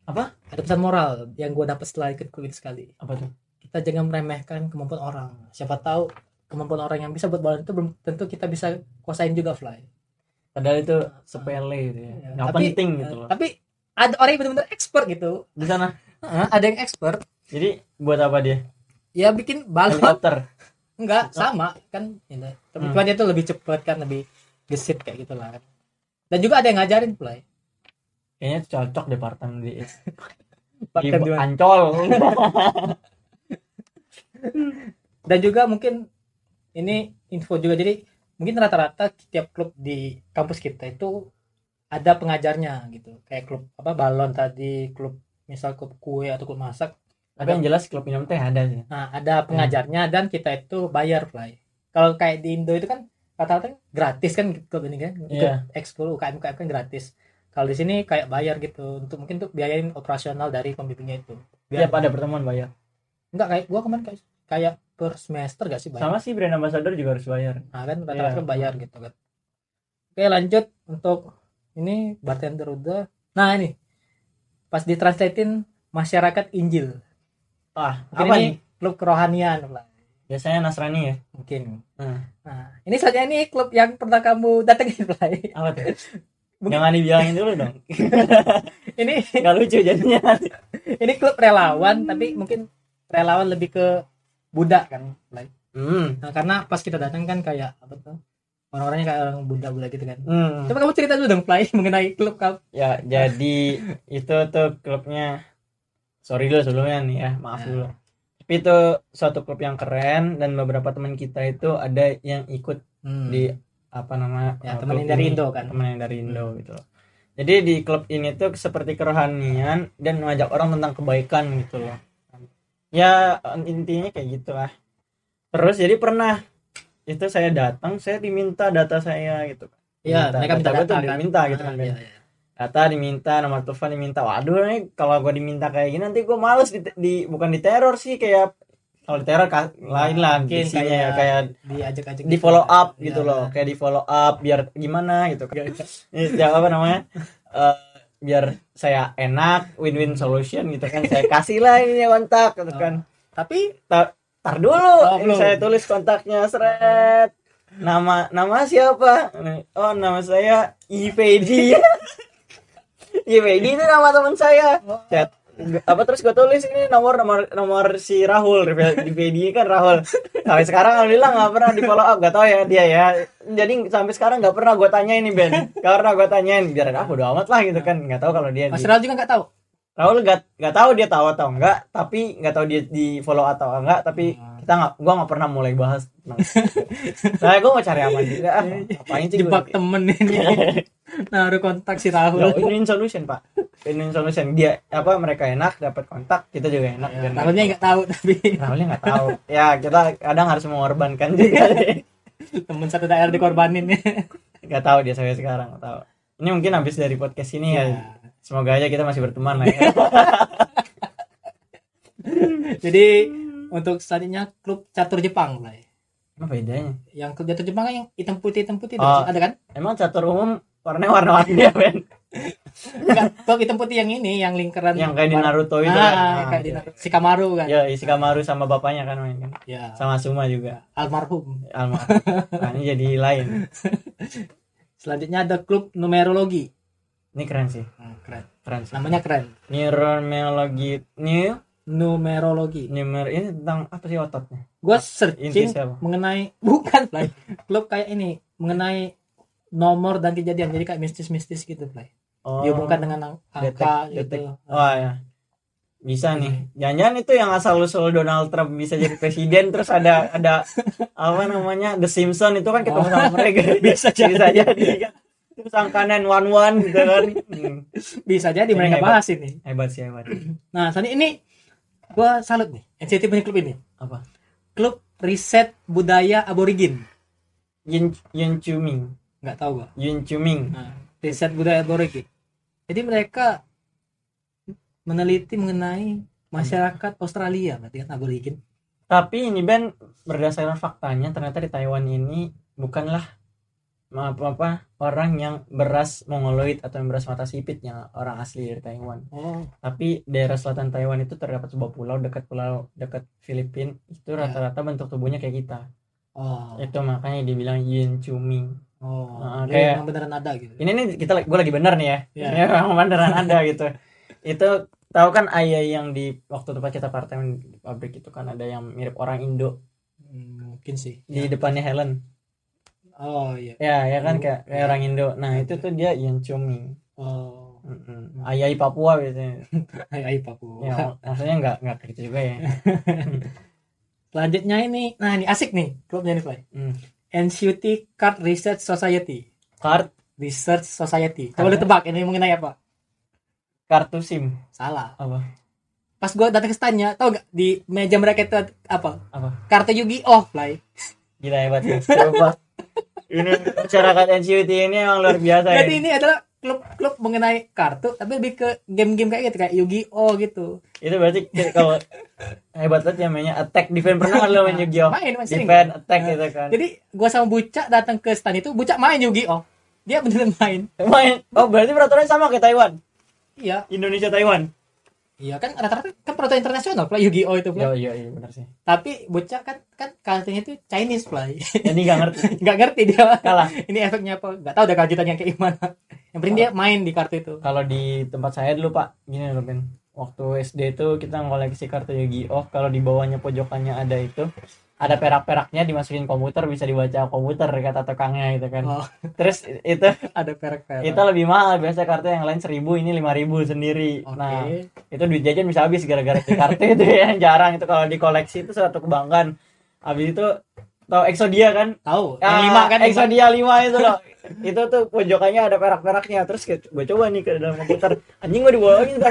Apa?
ada pesan moral yang gua dapat setelah ikut kulit sekali
Apa tuh?
kita jangan meremehkan kemampuan orang. Siapa tahu kemampuan orang yang bisa buat balon itu belum tentu kita bisa kuasain juga fly.
Padahal itu sepele gitu ya.
Ya,
Nggak
tapi-
penting gitu loh.
Tapi ada orang yang benar-benar expert gitu.
Di sana.
Heeh, ada yang expert
Jadi buat apa dia?
ya bikin balon
Helikopter.
enggak sama kan ya, tapi
Hmm.
cuma dia tuh lebih cepat kan lebih gesit kayak gitu lah kan. Dan juga ada yang ngajarin fly.
Kayaknya cocok departemen di di
Bahkan juga-
Ancol.
Dan juga mungkin ini info juga jadi mungkin rata-rata tiap klub di kampus kita itu ada pengajarnya gitu kayak klub apa balon tadi klub misal klub kue atau klub masak
tapi yang jelas klub minum teh ada sih
nah ada pengajarnya dan kita itu bayar fly kalau kayak di Indo itu kan rata-rata gratis kan klub ini kan
Iya.
Ikut ekskul UKM UKM kan gratis kalau di sini kayak bayar gitu untuk mungkin tuh biayain operasional dari pembimbingnya itu
tiap ada pertemuan bayar
enggak kayak gua kemarin kayak, kayak per semester gak sih bayar
sama sih brand ambassador juga harus bayar
nah kan rata-rata
Iya.
kan bayar gitu kan oke lanjut untuk ini bartender udah nah ini pas ditranslatein masyarakat Injil
ah
Mungkin
apa
ini
nih
klub kerohanian lah
biasanya nasrani ya
mungkin
Hmm.
nah ini saja ini klub yang pernah kamu datengin lah
apa tuh
Mungkin-
jangan dibilangin dulu dong
ini
nggak lucu jadinya
ini klub relawan tapi mungkin relawan lebih ke budak kan Blay.
hmm
nah, karena pas kita datang kan kayak apa tuh orang-orangnya kayak orang budak-budak gitu kan
hmm
coba kamu cerita dulu dong Play mengenai klub kamu
ya jadi itu tuh klubnya sorry dulu sebelumnya nih ya maaf
Ya.
dulu tapi itu suatu klub yang keren dan beberapa teman kita itu ada yang ikut
Hmm.
di apa nama
Ya,
eh,
teman
klub
yang dari
ini.
Indo kan?
teman yang dari Indo gitu loh jadi di klub ini tuh seperti kerohanian dan mengajak orang tentang kebaikan gitu loh ya intinya kayak gitu lah terus jadi pernah itu saya datang saya diminta data saya gitu
Iya,
Minta-
mereka minta
data gua
data
tuh
kan.
diminta gitu
Ah,
kan,
iya,
Ben.
iya.
data diminta nomor telepon diminta waduh nih kalau gue diminta kayak gini nanti gue males di, di- bukan di teror sih kayak kalau di teror ka- lain lah
Mungkin
isinya
kayak-
ya, kayak
Diajak-ajak
di
gitu
follow
kan.
up gitu
Iya.
loh kayak di follow up biar gimana gitu kan ya apa namanya Eh, biar saya enak win-win solution gitu kan saya kasih lah ini kontak gitu kan
Tapi
tar dulu
Oh,
ini
belum.
saya tulis kontaknya seret nama nama siapa oh nama saya IPD IPD itu nama teman saya Chat. apa terus gue tulis ini nomor nomor nomor si Rahul di PD kan Rahul sampai sekarang alhamdulillah nggak pernah di follow up gak tau ya dia ya jadi sampai sekarang nggak pernah gue tanyain nih Ben karena gue tanyain biar aku udah amat lah gitu kan nggak tahu kalau dia di-
Mas Ral juga nggak tahu.
Raul gak, gak tahu dia tahu atau enggak, tapi gak tahu dia di follow atau enggak, tapi
Hmm.
kita nggak, gua nggak pernah mulai bahas. tentang itu. Soalnya gua mau cari aman juga. Ah, Apaan itu
Iya, Jebak temen ini. Naruh kontak si
Iya. Ya,
Rahul.
win-win solution pak, win-win solution. Dia apa mereka enak dapat kontak, kita juga enak. dan
Iya, Rahulnya nggak tahu tapi
Raulnya nggak tahu. ya kita kadang harus mengorbankan juga.
temen satu daerah dikorbanin ya.
gak tahu dia sampai sekarang, gak tahu. Ini mungkin habis dari podcast ini ya.
Nah, Iya.
Semoga aja kita masih berteman lah ya.
Jadi untuk selanjutnya klub catur Jepang lah.
Apa bedanya?
Yang klub catur Jepang kan yang hitam putih hitam putih
Oh.
ada kan?
Emang catur umum warnanya warna-warni ya Ben?
Enggak, klub hitam putih yang ini yang lingkaran
Yang kayak di Naruto itu kan?
Kan Ah, kayak di
iya.
Naruto. Shikamaru kan.
Ya, isi Kamaru sama bapaknya kan main kan.
Ya.
Sama Suma juga.
Almarhum.
Almarhum. Nah, ini jadi lain.
Selanjutnya ada klub numerologi.
Ini keren sih,
Hmm, keren.
keren sih.
Namanya keren.
Neuromeologi new
Numerologi.
numer ini tentang apa sih ototnya?
gue
Inti
searching
siapa?
mengenai bukan play klub kayak ini mengenai nomor dan kejadian jadi kayak mistis-mistis gitu play
Oh.
dihubungkan dengan ang- angka
Detek-
gitu
Wah, ya. Bisa nih. Jangan-jangan itu yang asal usul Donald Trump bisa jadi presiden terus ada ada apa namanya The Simpson itu kan ketemu sama mereka.
Oh. Bisa jadi.
bisa jadi kan. Terus angka 911 gitu kan. Hmm.
bisa jadi
Ini
mereka
hebat.
bahas ini
Hebat sih hebat.
nah soalnya ini gue salut nih NCT punya klub ini
Apa?
klub riset budaya aborigin
Yin Yin Chuming.
nggak tahu gue
Yun Chuming.
nah, riset budaya aborigin jadi mereka meneliti mengenai masyarakat Australia berarti kan aborigin
Tapi ini Ben berdasarkan faktanya ternyata di Taiwan ini bukanlah apa apa orang yang beras mongoloid atau yang beras mata sipit yang orang asli dari Taiwan.
oh
Tapi daerah selatan Taiwan itu terdapat sebuah pulau dekat pulau dekat Filipina itu rata-rata bentuk tubuhnya kayak kita.
oh
Itu makanya dibilang Yun Chuming.
oh
Nah,
Jadi
kayak-
emang beneran ada gitu
Ini nih kita gue lagi bener nih ya.
Iya.
Ini memang beneran ada gitu. Itu tahu kan ayah yang di waktu tempat kita part time di pabrik itu kan ada yang mirip orang Indo
Hmm, mungkin sih
di depannya Helen.
oh iya
Ya, ya kan
Indo.
kayak, kayak orang Indo. Nah, itu tuh dia yang cumi.
oh
Mm-mm. Ayai Papua biasanya.
ayo ayo Papua
Ya, mak- maksudnya nggak nggak kayak gitu juga ya.
selanjutnya ini nah ini asik nih klubnya nih play
Hmm.
NCT Card Research Society
Card
Research Society. Coba lu tebak ini mengenai apa?
Kartu SIM.
Salah.
Apa?
Pas gua datang ke standnya, tau gak di meja mereka itu ada- apa?
Apa?
Kartu Yu-Gi-Oh, Fly.
Gila hebat ya. Coba. ini masyarakat NCUT ini emang luar biasa ya.
Jadi ini adalah klub-klub mengenai kartu, tapi lebih ke game-game kayak gitu kayak Yu-Gi-Oh gitu.
Itu berarti kayak kalau hebat banget yang mainnya attack defense pernah kan lo main Yu-Gi-Oh?
Main, main sering.
Defense attack gitu kan.
Jadi gua sama Bucak datang ke stand itu, Bucak main Yu-Gi-Oh. Dia beneran main.
Main. Oh, berarti peraturannya sama kayak Taiwan.
Iya,
Indonesia Taiwan.
iya kan rata-rata kan peraturan internasional play Yu-Gi-Oh itu play.
iya iya benar sih.
Tapi Bucak kan kan kartunya itu Chinese play.
Jadi gak ngerti.
Nggak ngerti dia.
Kalah.
Ini efeknya apa? Nggak tahu udah kalau ditanya kayak gimana. Yang penting dia main di kartu itu.
Kalau di tempat saya dulu Pak, gini loh Ben. Waktu SD itu kita ngoleksi kartu Yu-Gi-Oh. Kalau di bawahnya pojokannya ada itu, ada perak-peraknya dimasukin komputer bisa dibaca komputer kata tukangnya gitu kan.
Oh,
Terus itu
ada perak-perak.
itu lebih mahal biasa kartu yang lain seribu ini lima ribu sendiri.
Oke.
Nah itu duit jajan bisa habis gara-gara itu kartu itu ya jarang itu kalau dikoleksi itu suatu kebanggaan. Habis itu tau Exodia kan
Tahu. Yang
Ah,
lima kan lima.
Exodia 5 itu loh. itu tuh pojokannya ada perak-peraknya. Terus gue coba nih ke dalam komputer. Anjing gue dibolongin ntar.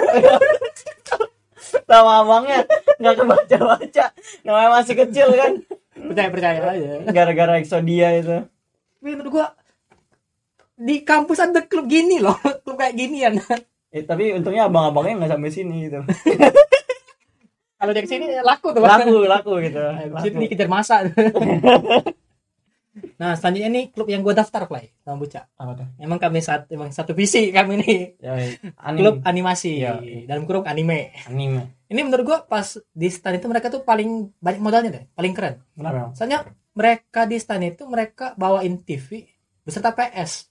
sama abangnya nggak kebaca-baca. Namanya masih kecil kan.
Percaya percaya aja.
Iya. Gara-gara Exodia itu.
Tapi menurut gua di kampus ada klub gini loh, klub kayak ginian.
Eh, tapi untungnya abang-abangnya nggak sampai sini gitu.
Kalau dari sini laku tuh. Bang.
Laku, laku gitu.
Habis itu
Laku.
dikejar masa. nah, selanjutnya nih klub yang gue daftar play sama Buca.
Apa tuh?
Emang kami satu emang satu visi kami nih.
Ya, anime.
Klub animasi
Iya.
dalam kurung anime.
anime.
Ini menurut gue pas di stand itu mereka tuh paling banyak modalnya deh, paling keren.
Kenapa?
Soalnya mereka di stand itu mereka bawain TV beserta PS,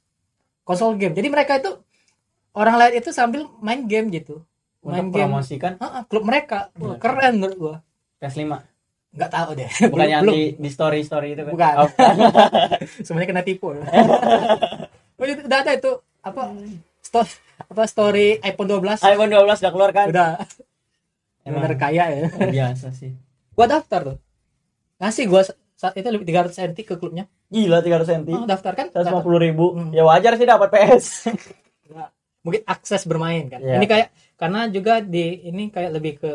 konsol game. Jadi mereka itu orang lain itu sambil main game gitu. Main
Untuk
game.
promosikan
Ah, ah, klub mereka Wah,
Iya.
keren menurut gue.
PS5.
Nggak tahu deh.
Bukan yang
Belum-
di, di story-story itu kan.
Bukan.
Oh,
sebenarnya kena tipu Udah itu- udah ada itu apa story apa story iPhone 12
iPhone 12 udah keluar kan?
udah
Emang.
bener kaya ya
biasa sih
gua daftar tuh ngasih gua sa- saat itu lebih 300 NT ke klubnya
gila 300 cm
oh, daftar kan
150 ribu
Hmm.
ya wajar sih dapat PS
Daftar. mungkin akses bermain kan
Iya.
ini kayak karena juga di ini kayak lebih ke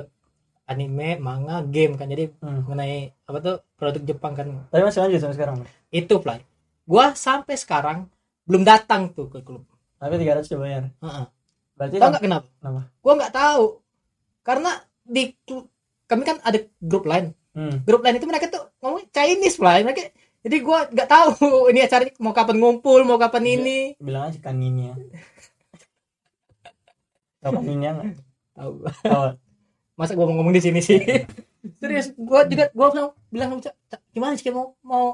anime manga game kan jadi
Hmm.
mengenai apa tuh produk Jepang kan
tapi masih lanjut sampai sekarang
itu play gua sampai sekarang belum datang tuh ke klub
tapi 300 udah bayar
Heeh.
berarti
Tahu nggak kenapa?
Kenapa?
Gua nggak tahu. Karena di kami kan ada grup lain.
Hmm.
Grup lain itu mereka tuh ngomong Chinese lah. Mereka jadi gua nggak tahu ini acara mau kapan ngumpul, mau kapan
Iya.
ini.
bilang aja ya. kaninya tau kaninya nggak
Tahu.
Tahu.
Masa gua mau ngomong di sini sih?
Iya,
Serius, gua juga gua bilang, bilang sama Cak, "Cak, gimana sih Cak, mau mau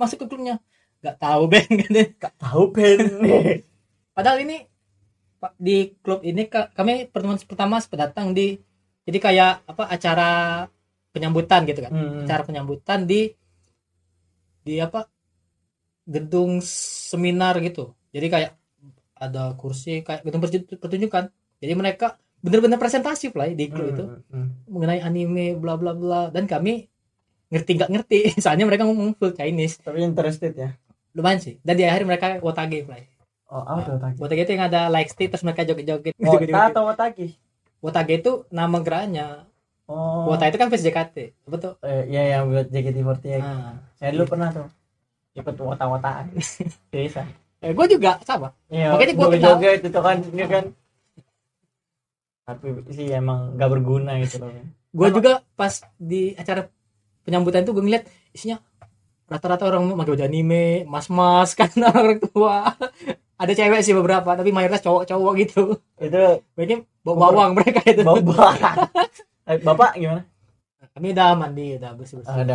masuk ke klubnya? Nggak tahu Ben
nggak tahu Ben
Padahal ini Pak, di klub ini ka- kami pertemuan pertama datang di jadi kayak apa acara penyambutan gitu kan.
Hmm.
acara penyambutan di di apa gedung seminar gitu jadi kayak ada kursi kayak gedung perju- pertunjukan jadi mereka bener-bener presentasi play di
Hmm,
grup itu
hmm.
mengenai anime bla bla bla dan kami ngerti nggak ngerti soalnya mereka ngomong full Chinese
tapi interested ya
lumayan sih dan di akhir mereka wotage play
oh apa tuh otaki
wotage itu yang ada like stick terus mereka joget-joget gitu-gitu.
Wota atau otaki
wotage itu nama geraknya
oh
wota itu kan face JKT betul
eh, ya ya buat JKT48
nah.
saya dulu pernah tuh ikut wota-wotaan bisa
eh, gue juga sama
Iya,
Makanya gua kenal.
joget itu kan ini kan. Tapi sih emang gak berguna gitu loh.
gue
Apa?
juga pas di acara penyambutan itu gue ngeliat isinya rata-rata orang pakai baju anime mas-mas karena orang tua ada cewek sih beberapa tapi mayoritas cowok-cowok gitu
Itu
Kayaknya bawa bawang mereka itu
bapak. Eh, bapak gimana?
kami udah mandi udah bersih bersih
Oh, Ada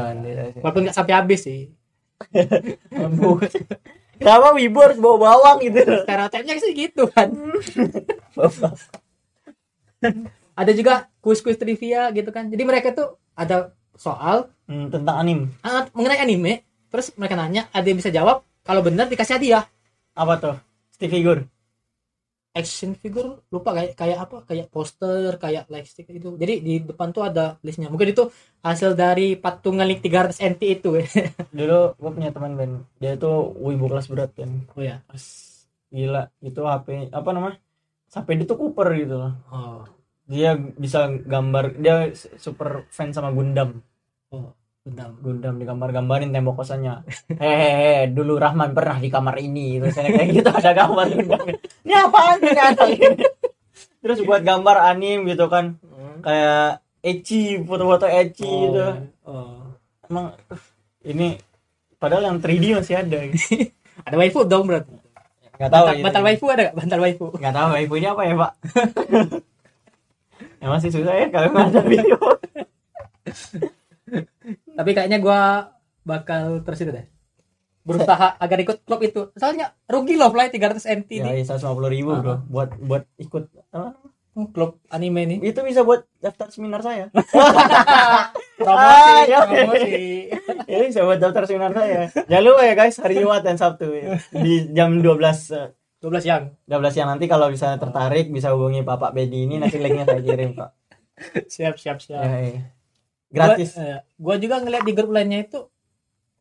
walaupun nggak sampai habis sih
Kenapa wibu harus bawa bawang gitu?
stereotipnya sih gitu kan
Bapak.
ada juga kuis-kuis trivia gitu kan jadi mereka tuh ada soal
Hmm, tentang anim.
ah, mengenai anime terus mereka nanya ada yang bisa jawab kalau benar dikasih hadiah
Apa tuh? Stick figure.
action figure lupa kayak kayak apa kayak poster kayak lightstick itu jadi di depan tuh ada listnya mungkin itu hasil dari patungan link 300 NT itu eh.
Dulu gue punya teman Ben. Dia tuh wibu kelas berat Ben.
oh ya
Terus gila itu HP apa namanya HP dia tuh Cooper gitu loh
oh
dia bisa gambar dia super fan sama Gundam
Gundam
Gundam digambar-gambarin tembok kosannya hehehe dulu Rahman pernah di kamar ini terus saya kayak gitu ada gambar Gundam ini apaan ini ada ini? terus buat gambar anim gitu kan kayak Eci foto-foto Eci
Oh,
gitu
oh.
emang uh, ini padahal yang 3D masih ada gitu.
ada waifu dong berarti
nggak tahu
bantal,
gitu.
bantal waifu ada gak? bantal waifu
nggak tahu ibu ini apa ya pak emang sih susah ya kalau nggak ada video
tapi kayaknya gua bakal terus itu deh berusaha agar ikut klub itu soalnya rugi loh fly 300 NT
ya,
di
ya 150 ribu
Ah.
bro buat buat ikut apa?
klub anime nih
itu bisa buat daftar seminar saya
promosi
ya, oke.
promosi
ya bisa buat daftar seminar saya jangan lupa ya guys hari Jumat dan Sabtu ya. di jam 12 eh,
12 yang
12 siang nanti kalau bisa tertarik bisa hubungi Bapak Bedi ini nanti linknya saya kirim pak
siap siap siap
ya, ya. gratis
Gua, eh, gua juga ngeliat di grup lainnya itu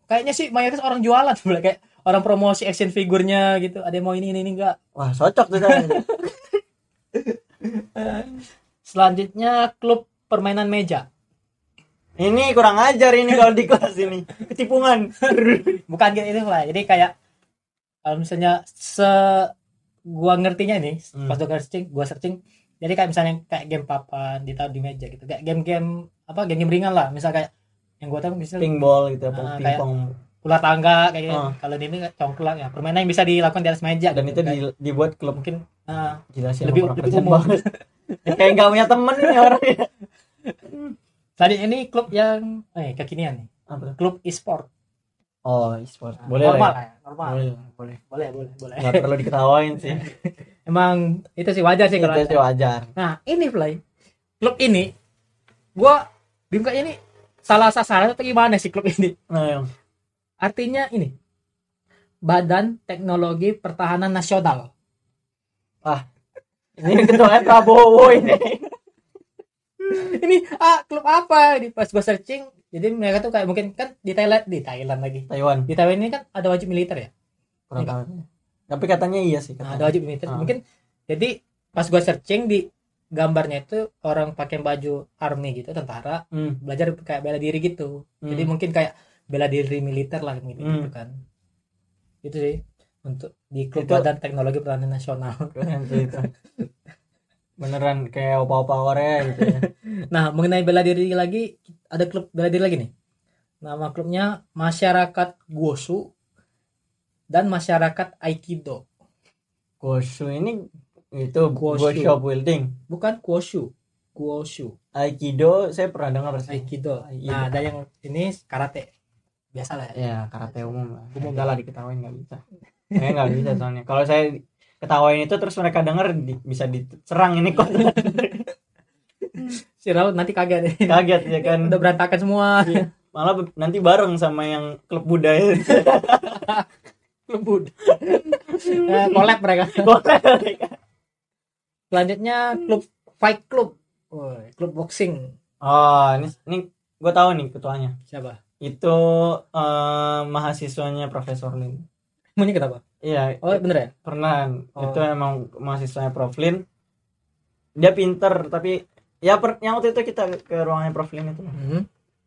kayaknya sih mayoritas orang jualan sebelah kayak orang promosi action figurnya gitu. Ada yang mau ini ini ini enggak.
wah cocok tuh saya
Selanjutnya klub permainan meja.
ini kurang ajar ini kalau di kelas ini ketipungan
Bukan gitu itu lah. Jadi kayak kalau misalnya se gua ngertinya nih
Hmm.
pas gua searching, gua searching jadi kayak misalnya kayak game papan ditaruh di meja gitu. Kayak game-game apa game-game ringan lah. Misal kayak yang gua tahu misalnya
pingball gitu
Ah,
apa
kayak-
pingpong
ular tangga kayak gitu.
Ah.
Kalau ini kayak congklak ya. Permainan yang bisa dilakukan di atas meja
dan
gitu.
itu
Kayak
di- dibuat klub
mungkin ah,
jelasin
Lebih- lebih umum.
Ya, kayak nggak punya temen nih ya. orangnya
Tadi ini klub yang eh kekinian nih.
Apa tuh?
Klub e-sport.
oh e-sport boleh
normal
lah
lah ya,
ya.
normal.
boleh boleh
Boleh, boleh, boleh.
nggak perlu diketawain sih
Emang itu sih wajar sih
itu
kalau.
sih wajar
Nah, ini Fly. Klub ini gua bingung kayaknya ini salah sasaran atau gimana sih klub ini?
nah, yang-
Artinya ini Badan Teknologi Pertahanan Nasional.
ini ketuanya Prabowo ini
ini ah klub apa? Di pas gua searching, jadi mereka tuh kayak mungkin kan di Thailand, di Thailand lagi.
Taiwan
Di Thailand ini kan ada wajib militer ya?
kurang tahu tapi katanya iya sih
Nah,
katanya.
ada wajib militer.
Ah.
Mungkin jadi pas gua searching di gambarnya itu orang pakai baju army gitu, tentara,
Hmm,
belajar kayak bela diri gitu.
hmm.
Jadi mungkin kayak bela diri militer lah gitu, gitu kan. Itu sih untuk di klub
Itu-
badan teknologi pertahanan nasional.
Keren sih itu. beneran kayak opa-opa Korea gitu ya.
Nah, mengenai bela diri lagi ada klub bela diri lagi nih. Nama klubnya Masyarakat Gosu dan Masyarakat Aikido.
Goshu ini itu
Goshu.
Goshu shop building
Bukan Kuoshu, Kuoshu,
Aikido saya pernah dengar sih
Aikido.
Aikido.
Nah, ada yang ini karate. Biasa lah ya.
ya karate umum ya. lah
Umum.
enggak lah diketawain nggak bisa saya nggak bisa soalnya kalau saya ketawain itu terus mereka denger di- bisa diserang ini kok
Si Raul nanti kaget deh.
kaget ya kan
Udah berantakan semua.
malah be- nanti bareng sama yang klub budaya
Lembut. eh, collab mereka. Selanjutnya klub Fight Club. Woi, klub boxing.
oh ini ini gue tahu nih ketuanya
Siapa?
itu eh, mahasiswanya Profesor Lin
Emangnya kenapa?
iya
Oh, bener ya?
pernah
Oh.
itu emang mahasiswanya Prof Lin dia pinter tapi ya per, yang waktu itu kita ke ruangannya Prof Lin itu
Hmm.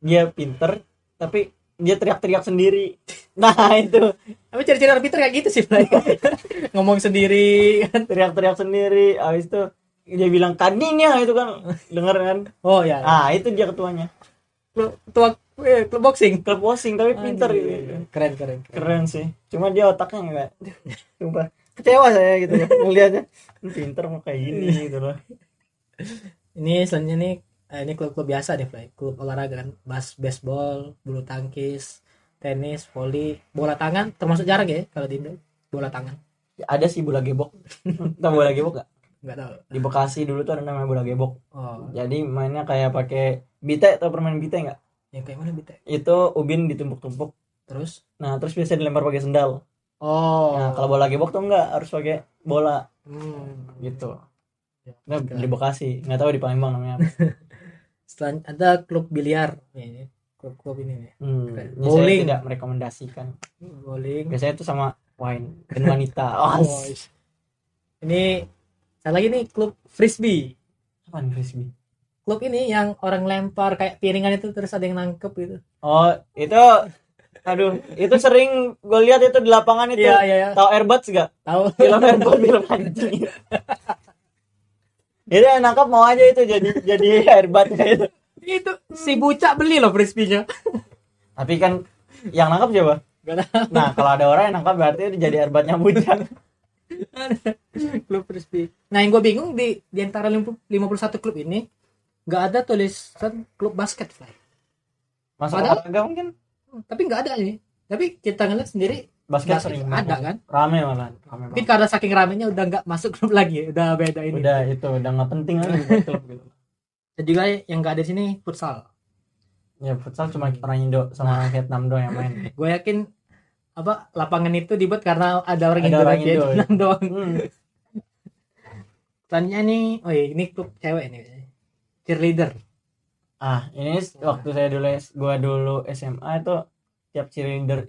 dia pinter tapi dia teriak-teriak sendiri nah itu
Tapi ciri-ciri orang pinter kayak gitu sih, Blay. Ngomong sendiri.
teriak-teriak sendiri habis itu dia bilang kaninya itu kan denger kan
Oh ya.
ah itu dia ketuanya
Klub tua eh, klub boxing.
klub boxing
Ah,
tapi pinter
Aduh,
gitu
iya, Keren, keren. keren.
keren sih cuma dia otaknya enggak sumpah kecewa saya gitu ya ngeliatnya pinter mau kayak gini gitu loh
Ini selanjutnya nih eh, ini klub-klub biasa deh, Blay. Klub olahraga kan, bas baseball, bulu tangkis, tenis, voli, bola tangan termasuk jarang ya kalau di Indo. Bola tangan.
Ya, ada sih bola gebok tau bola gebok gak?
Enggak tahu.
di Bekasi dulu tuh ada namanya bola gebok
Oh,
jadi mainnya kayak pakai bite atau permain bite nggak
yang kayak mana Bite?
itu ubin ditumpuk-tumpuk
Terus?
nah terus biasanya dilempar pakai sendal
Oh.
Nah, kalau bola gebok tuh enggak harus pakai bola
Hmm.
gitu.
Ya,
Nah,
oke.
di Bekasi, nggak tahu di Palembang namanya apa.
Selan- ada klub biliar ini klub-klub ini nih
Hmm,
Keren.
ini saya
Bowling.
tidak merekomendasikan.
bowling
Biasanya itu sama wine dan wanita. Oh,
Oh, ish. ini saya lagi nih klub frisbee.
apaan frisbee?
Klub ini yang orang lempar kayak piringan itu terus ada yang nangkep gitu.
Oh, itu aduh, itu sering gue lihat itu di lapangan itu.
Iya, iya, iya.
Tahu airbuds gak?
Tahu?
Film airbuds film anjing. Jadi yang nangkap mau aja itu jadi jadi airbuds gitu. itu.
itu si bucak beli loh frisbee-nya.
Tapi kan yang nangkap siapa?
Gak tahu.
Nah, kalau ada orang yang nangkap berarti itu jadi airbudsnya bujang.
klub frisbee. Nah, yang gue bingung di di antara lim- 51 klub ini nggak ada tulisan klub basket Fly.
Masuk
Padahal-
olahraga mungkin
Tapi nggak ada ini. Tapi kita ngeliat sendiri
basket,
basket
sering
ada
banget.
kan?
Rame malah. Rame
Mungkin
banget.
karena saking ramenya udah nggak masuk klub lagi, ya, udah beda ini.
Udah itu udah nggak penting lagi buat klub gitu.
Dan juga yang nggak ada di sini futsal.
Ya futsal cuma orang Indo sama Vietnam doang yang main.
Gue yakin apa lapangan itu dibuat karena ada orang
Ada
Indo dan
orang Indo,
Vietnam doang.
Hmm.
Selanjutnya nih, oh iya, ini klub cewek nih. Cheerleader.
Ah, ini s-
Iya.
waktu saya dulu S- gua dulu SMA itu tiap cheerleader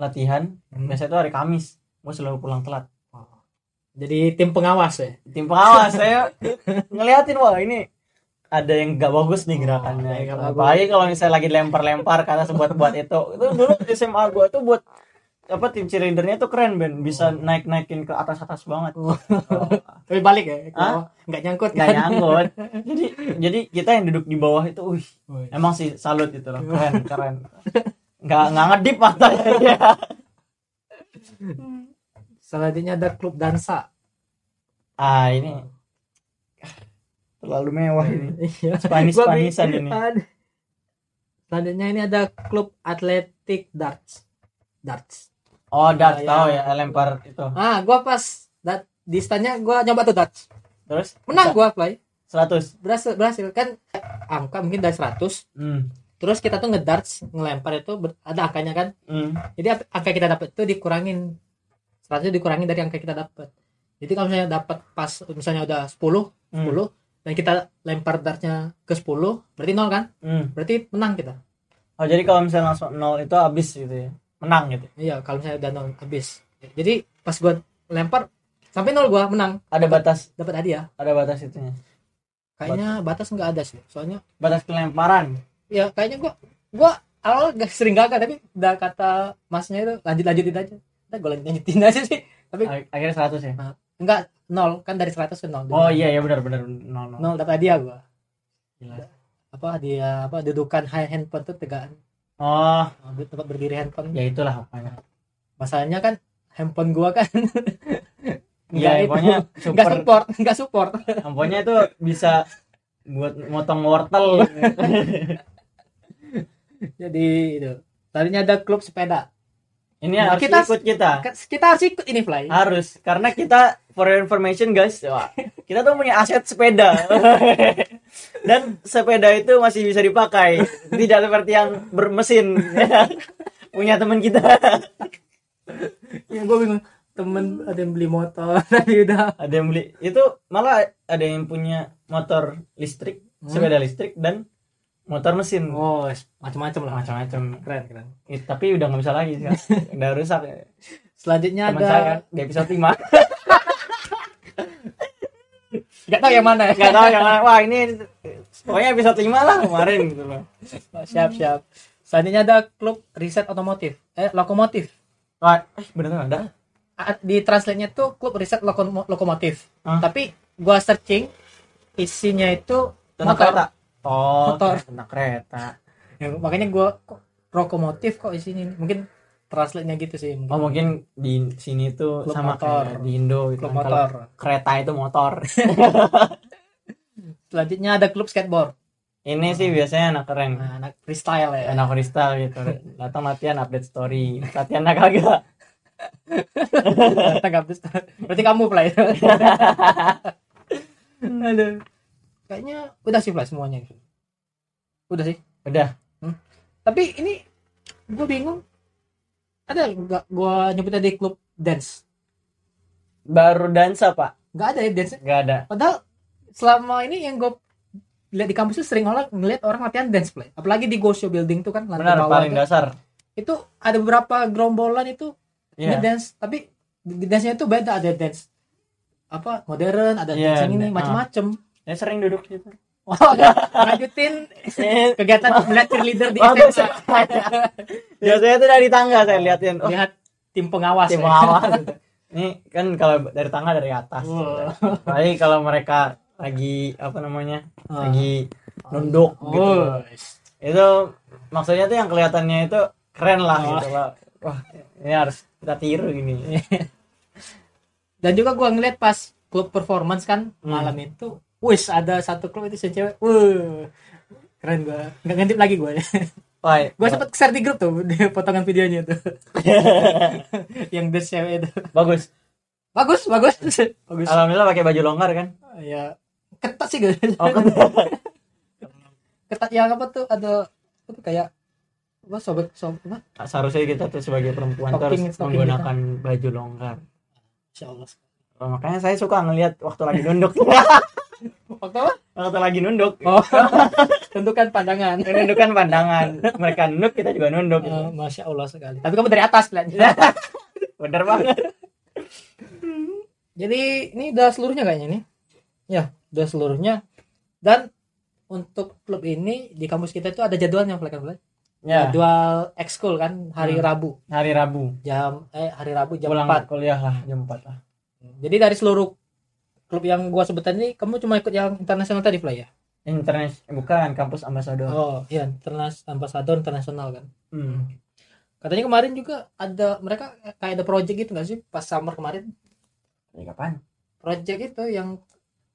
latihan,
Hmm.
biasanya itu hari Kamis. Gua selalu pulang telat.
Jadi tim pengawas ya.
Tim pengawas saya ngeliatin wah ini ada yang gak bagus
ada
nih
yang
gerakannya.
Oh, iya, nggak bagus.
Apalagi kalau misalnya lagi lempar-lempar kata buat-buat itu. Itu dulu SMA gua tuh buat apa tim cheerleadernya tuh keren
Oh.
Ben, bisa naik-naikin ke atas-atas banget. Oh.
Tapi balik ya.
Hah? Nah,
kalau Nggak nyangkut
nggak
kan?
nyangkut jadi jadi kita yang duduk di bawah itu wih
Wih.
emang sih salut itu loh keren keren nggak nggak ngedip matanya dia
Selanjutnya ada klub dansa.
ah ini terlalu mewah ini
Iya.
Spanish
Gua
Spanishan
bingung.
ini
Aduh. Selanjutnya ini ada klub atletik darts. Darts.
oh
Ya,
darts tahu
ya.
ya lempar itu
Ah, gua pas dat di stanya gua nyoba tuh darts.
terus
Menang gua play.
100
Berhasil, berhasil kan angka mungkin dari 100.
hmm.
Terus kita tuh ngedarts, ngelempar itu ber- ada angkanya kan.
Hmm.
Jadi ap- angka kita dapat itu dikurangin. 100 dikurangin dari angka kita dapat. Jadi kalau misalnya dapat pas misalnya udah 10,
Hmm.
10 dan kita lempar dartnya ke 10, berarti nol kan?
Hmm.
Berarti menang kita.
oh jadi kalau misalnya langsung nol itu habis gitu ya menang gitu
Iya, kalau misalnya udah nol habis. Jadi pas gua lempar sampai nol gua menang,
ada batas
dapat hadiah.
ada batas itunya
Kayaknya batas nggak ada sih. Soalnya
batas kelemparan
ya kayaknya gua gua awal gak sering gagal tapi udah kata masnya itu lanjut lanjutin aja. Udah gua lanjut lanjutin aja sih. Tapi
Ak- akhirnya 100 ya
enggak nol kan dari 100 ke nol.
oh iya ya benar benar nol nol
Nol dapat hadiah gua.
Gila.
Apa dia apa dudukan high handphone tuh tegaan.
oh
Tempat berdiri handphone.
ya itulah pokoknya
Masalahnya kan handphone gua kan Nggak
Iya,
itu.
pokoknya
enggak
super.
support, enggak support.
Pokoknya itu bisa buat motong wortel.
Iya, Jadi itu. Tadinya ada klub sepeda.
Ini
Nah,
harus
kita-
ikut kita.
Kan kita harus ikut ini fly
Harus karena kita for your information guys, wah, kita tuh punya aset sepeda. Dan sepeda itu masih bisa dipakai. Tidak seperti yang bermesin. ya. punya teman kita.
ya gue bingung temen ada yang beli motor tadi udah
Ada yang beli. Itu malah ada yang punya motor listrik,
Hmm.
sepeda listrik dan motor mesin.
oh macam-macam lah macam
Macam-macam.
keren keren
Eh, tapi udah nggak bisa lagi sekarang. udah rusak ya.
selanjutnya
teman
ada
saya kan, di episode 5
nggak tahu yang mana ya
nggak tahu yang mana wah ini pokoknya episode 5 lah kemarin gitu loh
siap siap selanjutnya ada klub riset otomotif eh lokomotif
wah eh bener ada
A- di translate nya tuh klub riset loko- lokomotif
Hah?
tapi gua searching isinya itu
tentang
motor
kereta oh
Motor.
tentang kereta
Ya, makanya gua kok lokomotif kok isinya mungkin translate nya gitu sih
oh
mungkin.
mungkin di sini tuh
Klub
sama
motor.
kayak di Indo gitu
klub
kan. Kalau
motor
kereta itu motor
selanjutnya ada klub skateboard
ini sih biasanya anak keren
nah, anak freestyle ya
anak freestyle gitu datang latihan update story latihan gitu. nak kagak
Tanggap terus. Berarti kamu Fly. Aduh. Kayaknya udah sih Fly semuanya. Udah sih.
Udah.
Hmm. Tapi ini gue bingung. Ada nggak gue nyebut tadi klub dance?
baru dansa pak
Nggak ada ya dance.
nggak ada
Padahal selama ini yang gue lihat di kampus tuh sering orang ngeliat orang latihan dance play. Apalagi di Gosho Building tuh kan lantai
benar
bawah tuh.
paling dasar
Itu ada beberapa gerombolan itu Ini
Iya.
dance tapi di dance-nya itu beda ada dance apa modern, ada
Iya,
dance yang ini
ah.
macam-macam.
Saya sering duduk gitu. situ.
Wah, lanjutin kegiatan melihat cheerleader di
Oh,
SMA.
Biasanya tuh dari tangga saya liatin. Oh,
Lihat tim pengawas.
tim
ya.
lawan. Ini kan kalau dari tangga dari atas.
Wah.
Tapi kalau mereka lagi apa namanya?
Ah.
Lagi nunduk gitu.
Oh,
Itu maksudnya tuh yang kelihatannya itu keren lah gitu Pak. Wah, ini harus kita tiru gini.
dan juga gua ngeliat pas klub performance kan
Hmm.
malam itu wis ada satu klub itu si cewek wuh keren gua nggak ngintip lagi gua
Wah,
gua sempet share di grup tuh di potongan videonya itu yang dance cewek itu
bagus.
bagus bagus bagus
Alhamdulillah pakai baju longgar kan?
ya ketat sih gua
Oh, kan.
ketat yang apa tuh ada apa tuh kayak apa sobek sobek apa
Nah, Seharusnya kita tuh sebagai perempuan tuh
Stocking-
harus
stocking
menggunakan baju longgar.
Insya Allah
Oh, makanya saya suka ngelihat waktu lagi nunduk.
waktu apa
waktu lagi nunduk.
oh tentukan pandangan
Menundukkan pandangan. Mereka nunduk, kita juga nunduk. gitu.
Eh, masya Allah sekali tapi kamu dari atas lihatnya
Bener banget.
Jadi ini udah seluruhnya kayaknya nih. Ya, udah seluruhnya. Dan untuk klub ini di kampus kita itu ada jadwalnya Flek, kan, Flek?
Ya,
Jadwal ekskul kan hari
Hmm.
Rabu
hari Rabu.
jam eh hari Rabu jam
Pulang
4.
kuliah lah, jam 4 lah.
Jadi dari seluruh klub yang gua sebutan ini kamu cuma ikut yang internasional tadi Flek ya?
Internet eh, bukan kampus ambasador.
Oh, iya, internas ambasador internasional kan.
Hmm.
Katanya kemarin juga ada mereka kayak ada project gitu nggak sih pas summer kemarin?
Dari kapan?
Project itu yang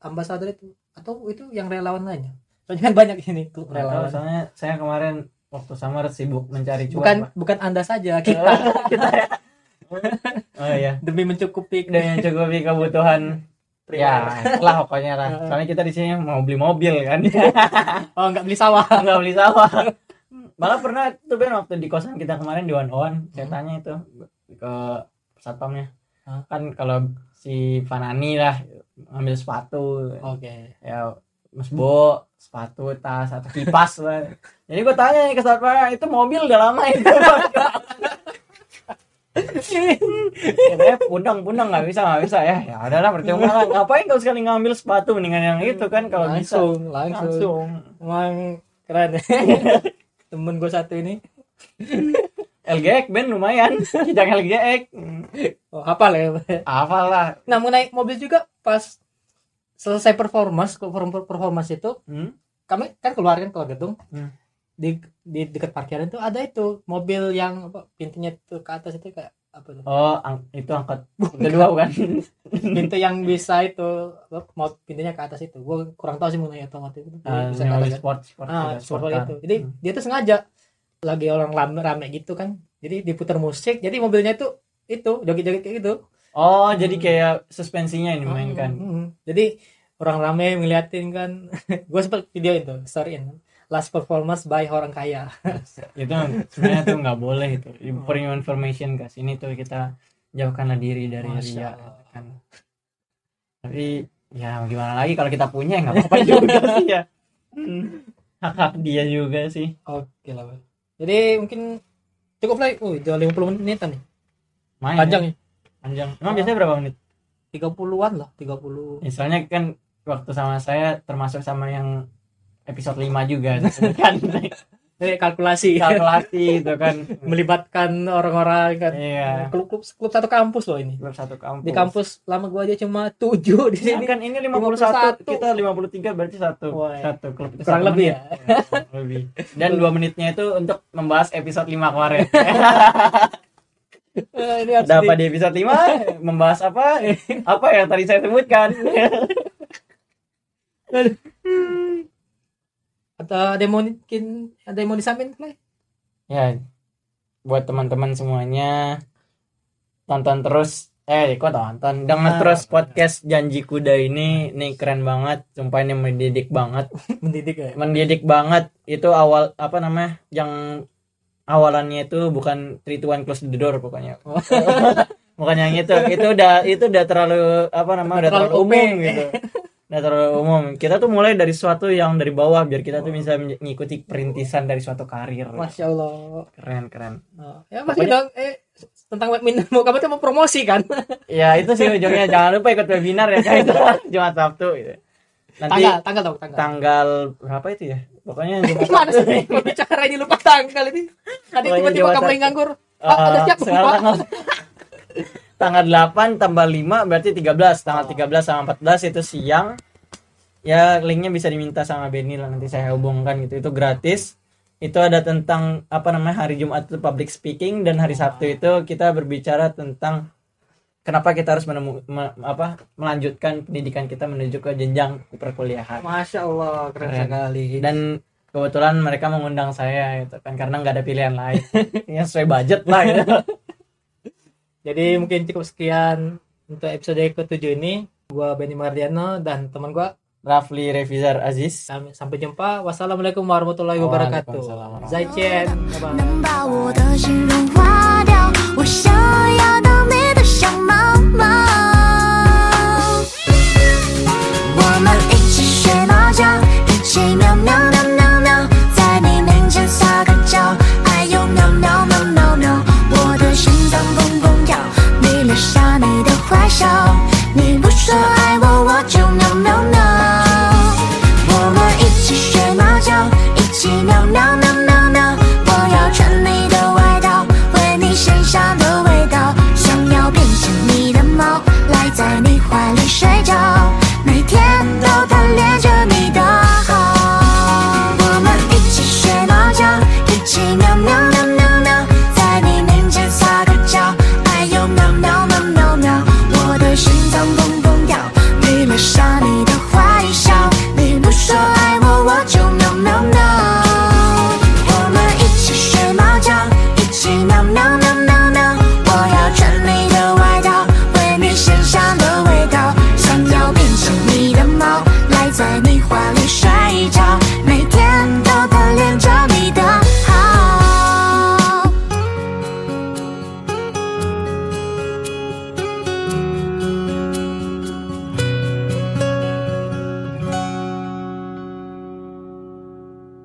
ambasador itu atau itu yang relawan lainnya? Soalnya kan banyak ini klub
Nggak tahu,
relawan.
soalnya saya kemarin waktu summer sibuk mencari
bukan
cuan. Pak. ya.
bukan anda saja kita
Oh iya.
demi mencukupi
Dan yang cukupi kebutuhan Ya, lah pokoknya lah. Soalnya kita di sini mau beli mobil kan.
oh nggak beli sawah
nggak beli sawah malah pernah tuh Ben waktu di kosan kita kemarin di one on saya
Hmm.
tanya itu ke satpamnya
Hah?
kan kalau si Fanani lah ambil sepatu
oke
ya Mas Bo sepatu tas atau kipas lah. jadi gue tanya nih ke satpamnya itu mobil udah lama ya?" itu Katanya pundang pundang nggak bisa nggak bisa ya ya udahlah percuma lah ngapain kau sekali ngambil sepatu mendingan yang itu kan kalau bisa
langsung langsung emang keren temen gue satu ini
LGX Ben lumayan kijang LGX
oh hafal ya
hafal lah
nah mengenai mobil juga pas selesai performance perform- performance itu
Hmm?
kami kan keluar kan keluar gedung
Hmm.
di di dekat parkiran itu ada itu mobil yang apa pintunya tuh ke atas itu kayak apa tuh
Oh, ang- itu angkat kedua bukan?
pintu yang bisa itu apa, mau pintunya ke atas itu gue kurang tahu sih mengenai otomotif itu
Ah,
bisa
ini
ke atas
mobil
kan?
sport, sport,
ah
ada
sport
sport car.
itu jadi
Hmm.
dia tuh sengaja lagi orang rame, rame gitu kan jadi diputar musik jadi mobilnya itu itu joget-joget kayak gitu
Oh, jadi kayak suspensinya yang dimainkan.
Mm-mm. hmm. jadi orang rame ngeliatin kan gue sempet video itu storyin last performance by orang kaya
itu sebenarnya tuh nggak boleh itu.
Oh.
For your information guys, ini tuh kita jauhkanlah diri dari
Masya
ria.
Allah.
Kan. Tapi ya mau gimana lagi kalau kita punya ya nggak apa-apa juga sih ya. Hmm. Hak-hak dia juga sih.
oke lah Bang. jadi mungkin cukup lah uh udah 50 menitan nih
Main,
panjang
ya.
nih
Panjang. Emang biasanya berapa menit?
30-an lah 30
Ya, soalnya kan waktu sama saya termasuk sama yang episode 5 juga kan
eh kalkulasi
kalkulasi itu kan
melibatkan orang-orang kan
iya
klub, klub klub satu kampus loh ini
klub satu kampus
di kampus lama gua aja cuma tujuh di sini
ini kan ini 51,
51.
kita 53 berarti satu
Wah, ya.
satu klub itu
kurang
satu
lebih ya
menit. Iya, kurang lebih dan dua menitnya itu untuk membahas episode 5 kemarin
Eh, ini harus
ada
di-
apa di episode 5 membahas apa apa yang tadi saya sebutkan
atau ada yang mau mungkin ada yang mau disampaikan Clay?
ya buat teman-teman semuanya tonton terus eh kok tonton
Ah,
dengar terus podcast janji kuda ini nih keren banget sumpah ini mendidik banget
mendidik ya
mendidik banget itu awal apa namanya yang awalannya itu bukan three to one close the door pokoknya
Oh.
bukan yang itu itu udah itu udah terlalu apa namanya udah
Terlalu
terlalu
OP.
umum gitu terlalu umum. Kita tuh mulai dari sesuatu yang dari bawah biar kita tuh bisa menj- mengikuti perintisan dari suatu karir.
Masya Allah.
Keren keren.
Oh, ya pasti dong. Eh tentang badminton mau kamu tuh mau promosi kan?
Ya itu sih ujungnya jangan lupa ikut webinar ya guys Jumat Sabtu gitu. Nanti
tanggal, tanggal dong, tanggal.
tanggal berapa itu ya? Pokoknya Jumat
Gimana sih pembicaranya lupa tanggal ini? Tadi
Pokoknya
tiba-tiba
Jawa
kamu
Tengah.
yang nganggur. Ah, ada
Eh,
siapa?
sekarang
Pak?
tanggal, tanggal 8 tambah 5 berarti 13. Tanggal 13 sama 14 itu siang. Ya linknya bisa diminta sama Benny lah nanti saya hubungkan gitu. Itu gratis. Itu ada tentang apa namanya hari Jumat itu public speaking dan hari Sabtu itu kita berbicara tentang kenapa kita harus menemu me- apa melanjutkan pendidikan kita menuju ke jenjang perkuliahan.
Masya Allah, keren,
Keren.
sekali.
Dan kebetulan mereka mengundang saya gitu kan karena nggak ada pilihan lain. ya sesuai budget lah gitu.
Jadi mungkin cukup sekian untuk episode ke-7 ini. Gua Benny Mardiano dan teman gua
Rafli Revizar Aziz.
Sam- sampai jumpa. Wassalamualaikum warahmatullahi wabarakatuh.
Waalaikumsalam.
再见，拜拜。
能把我的心融化掉，我想要。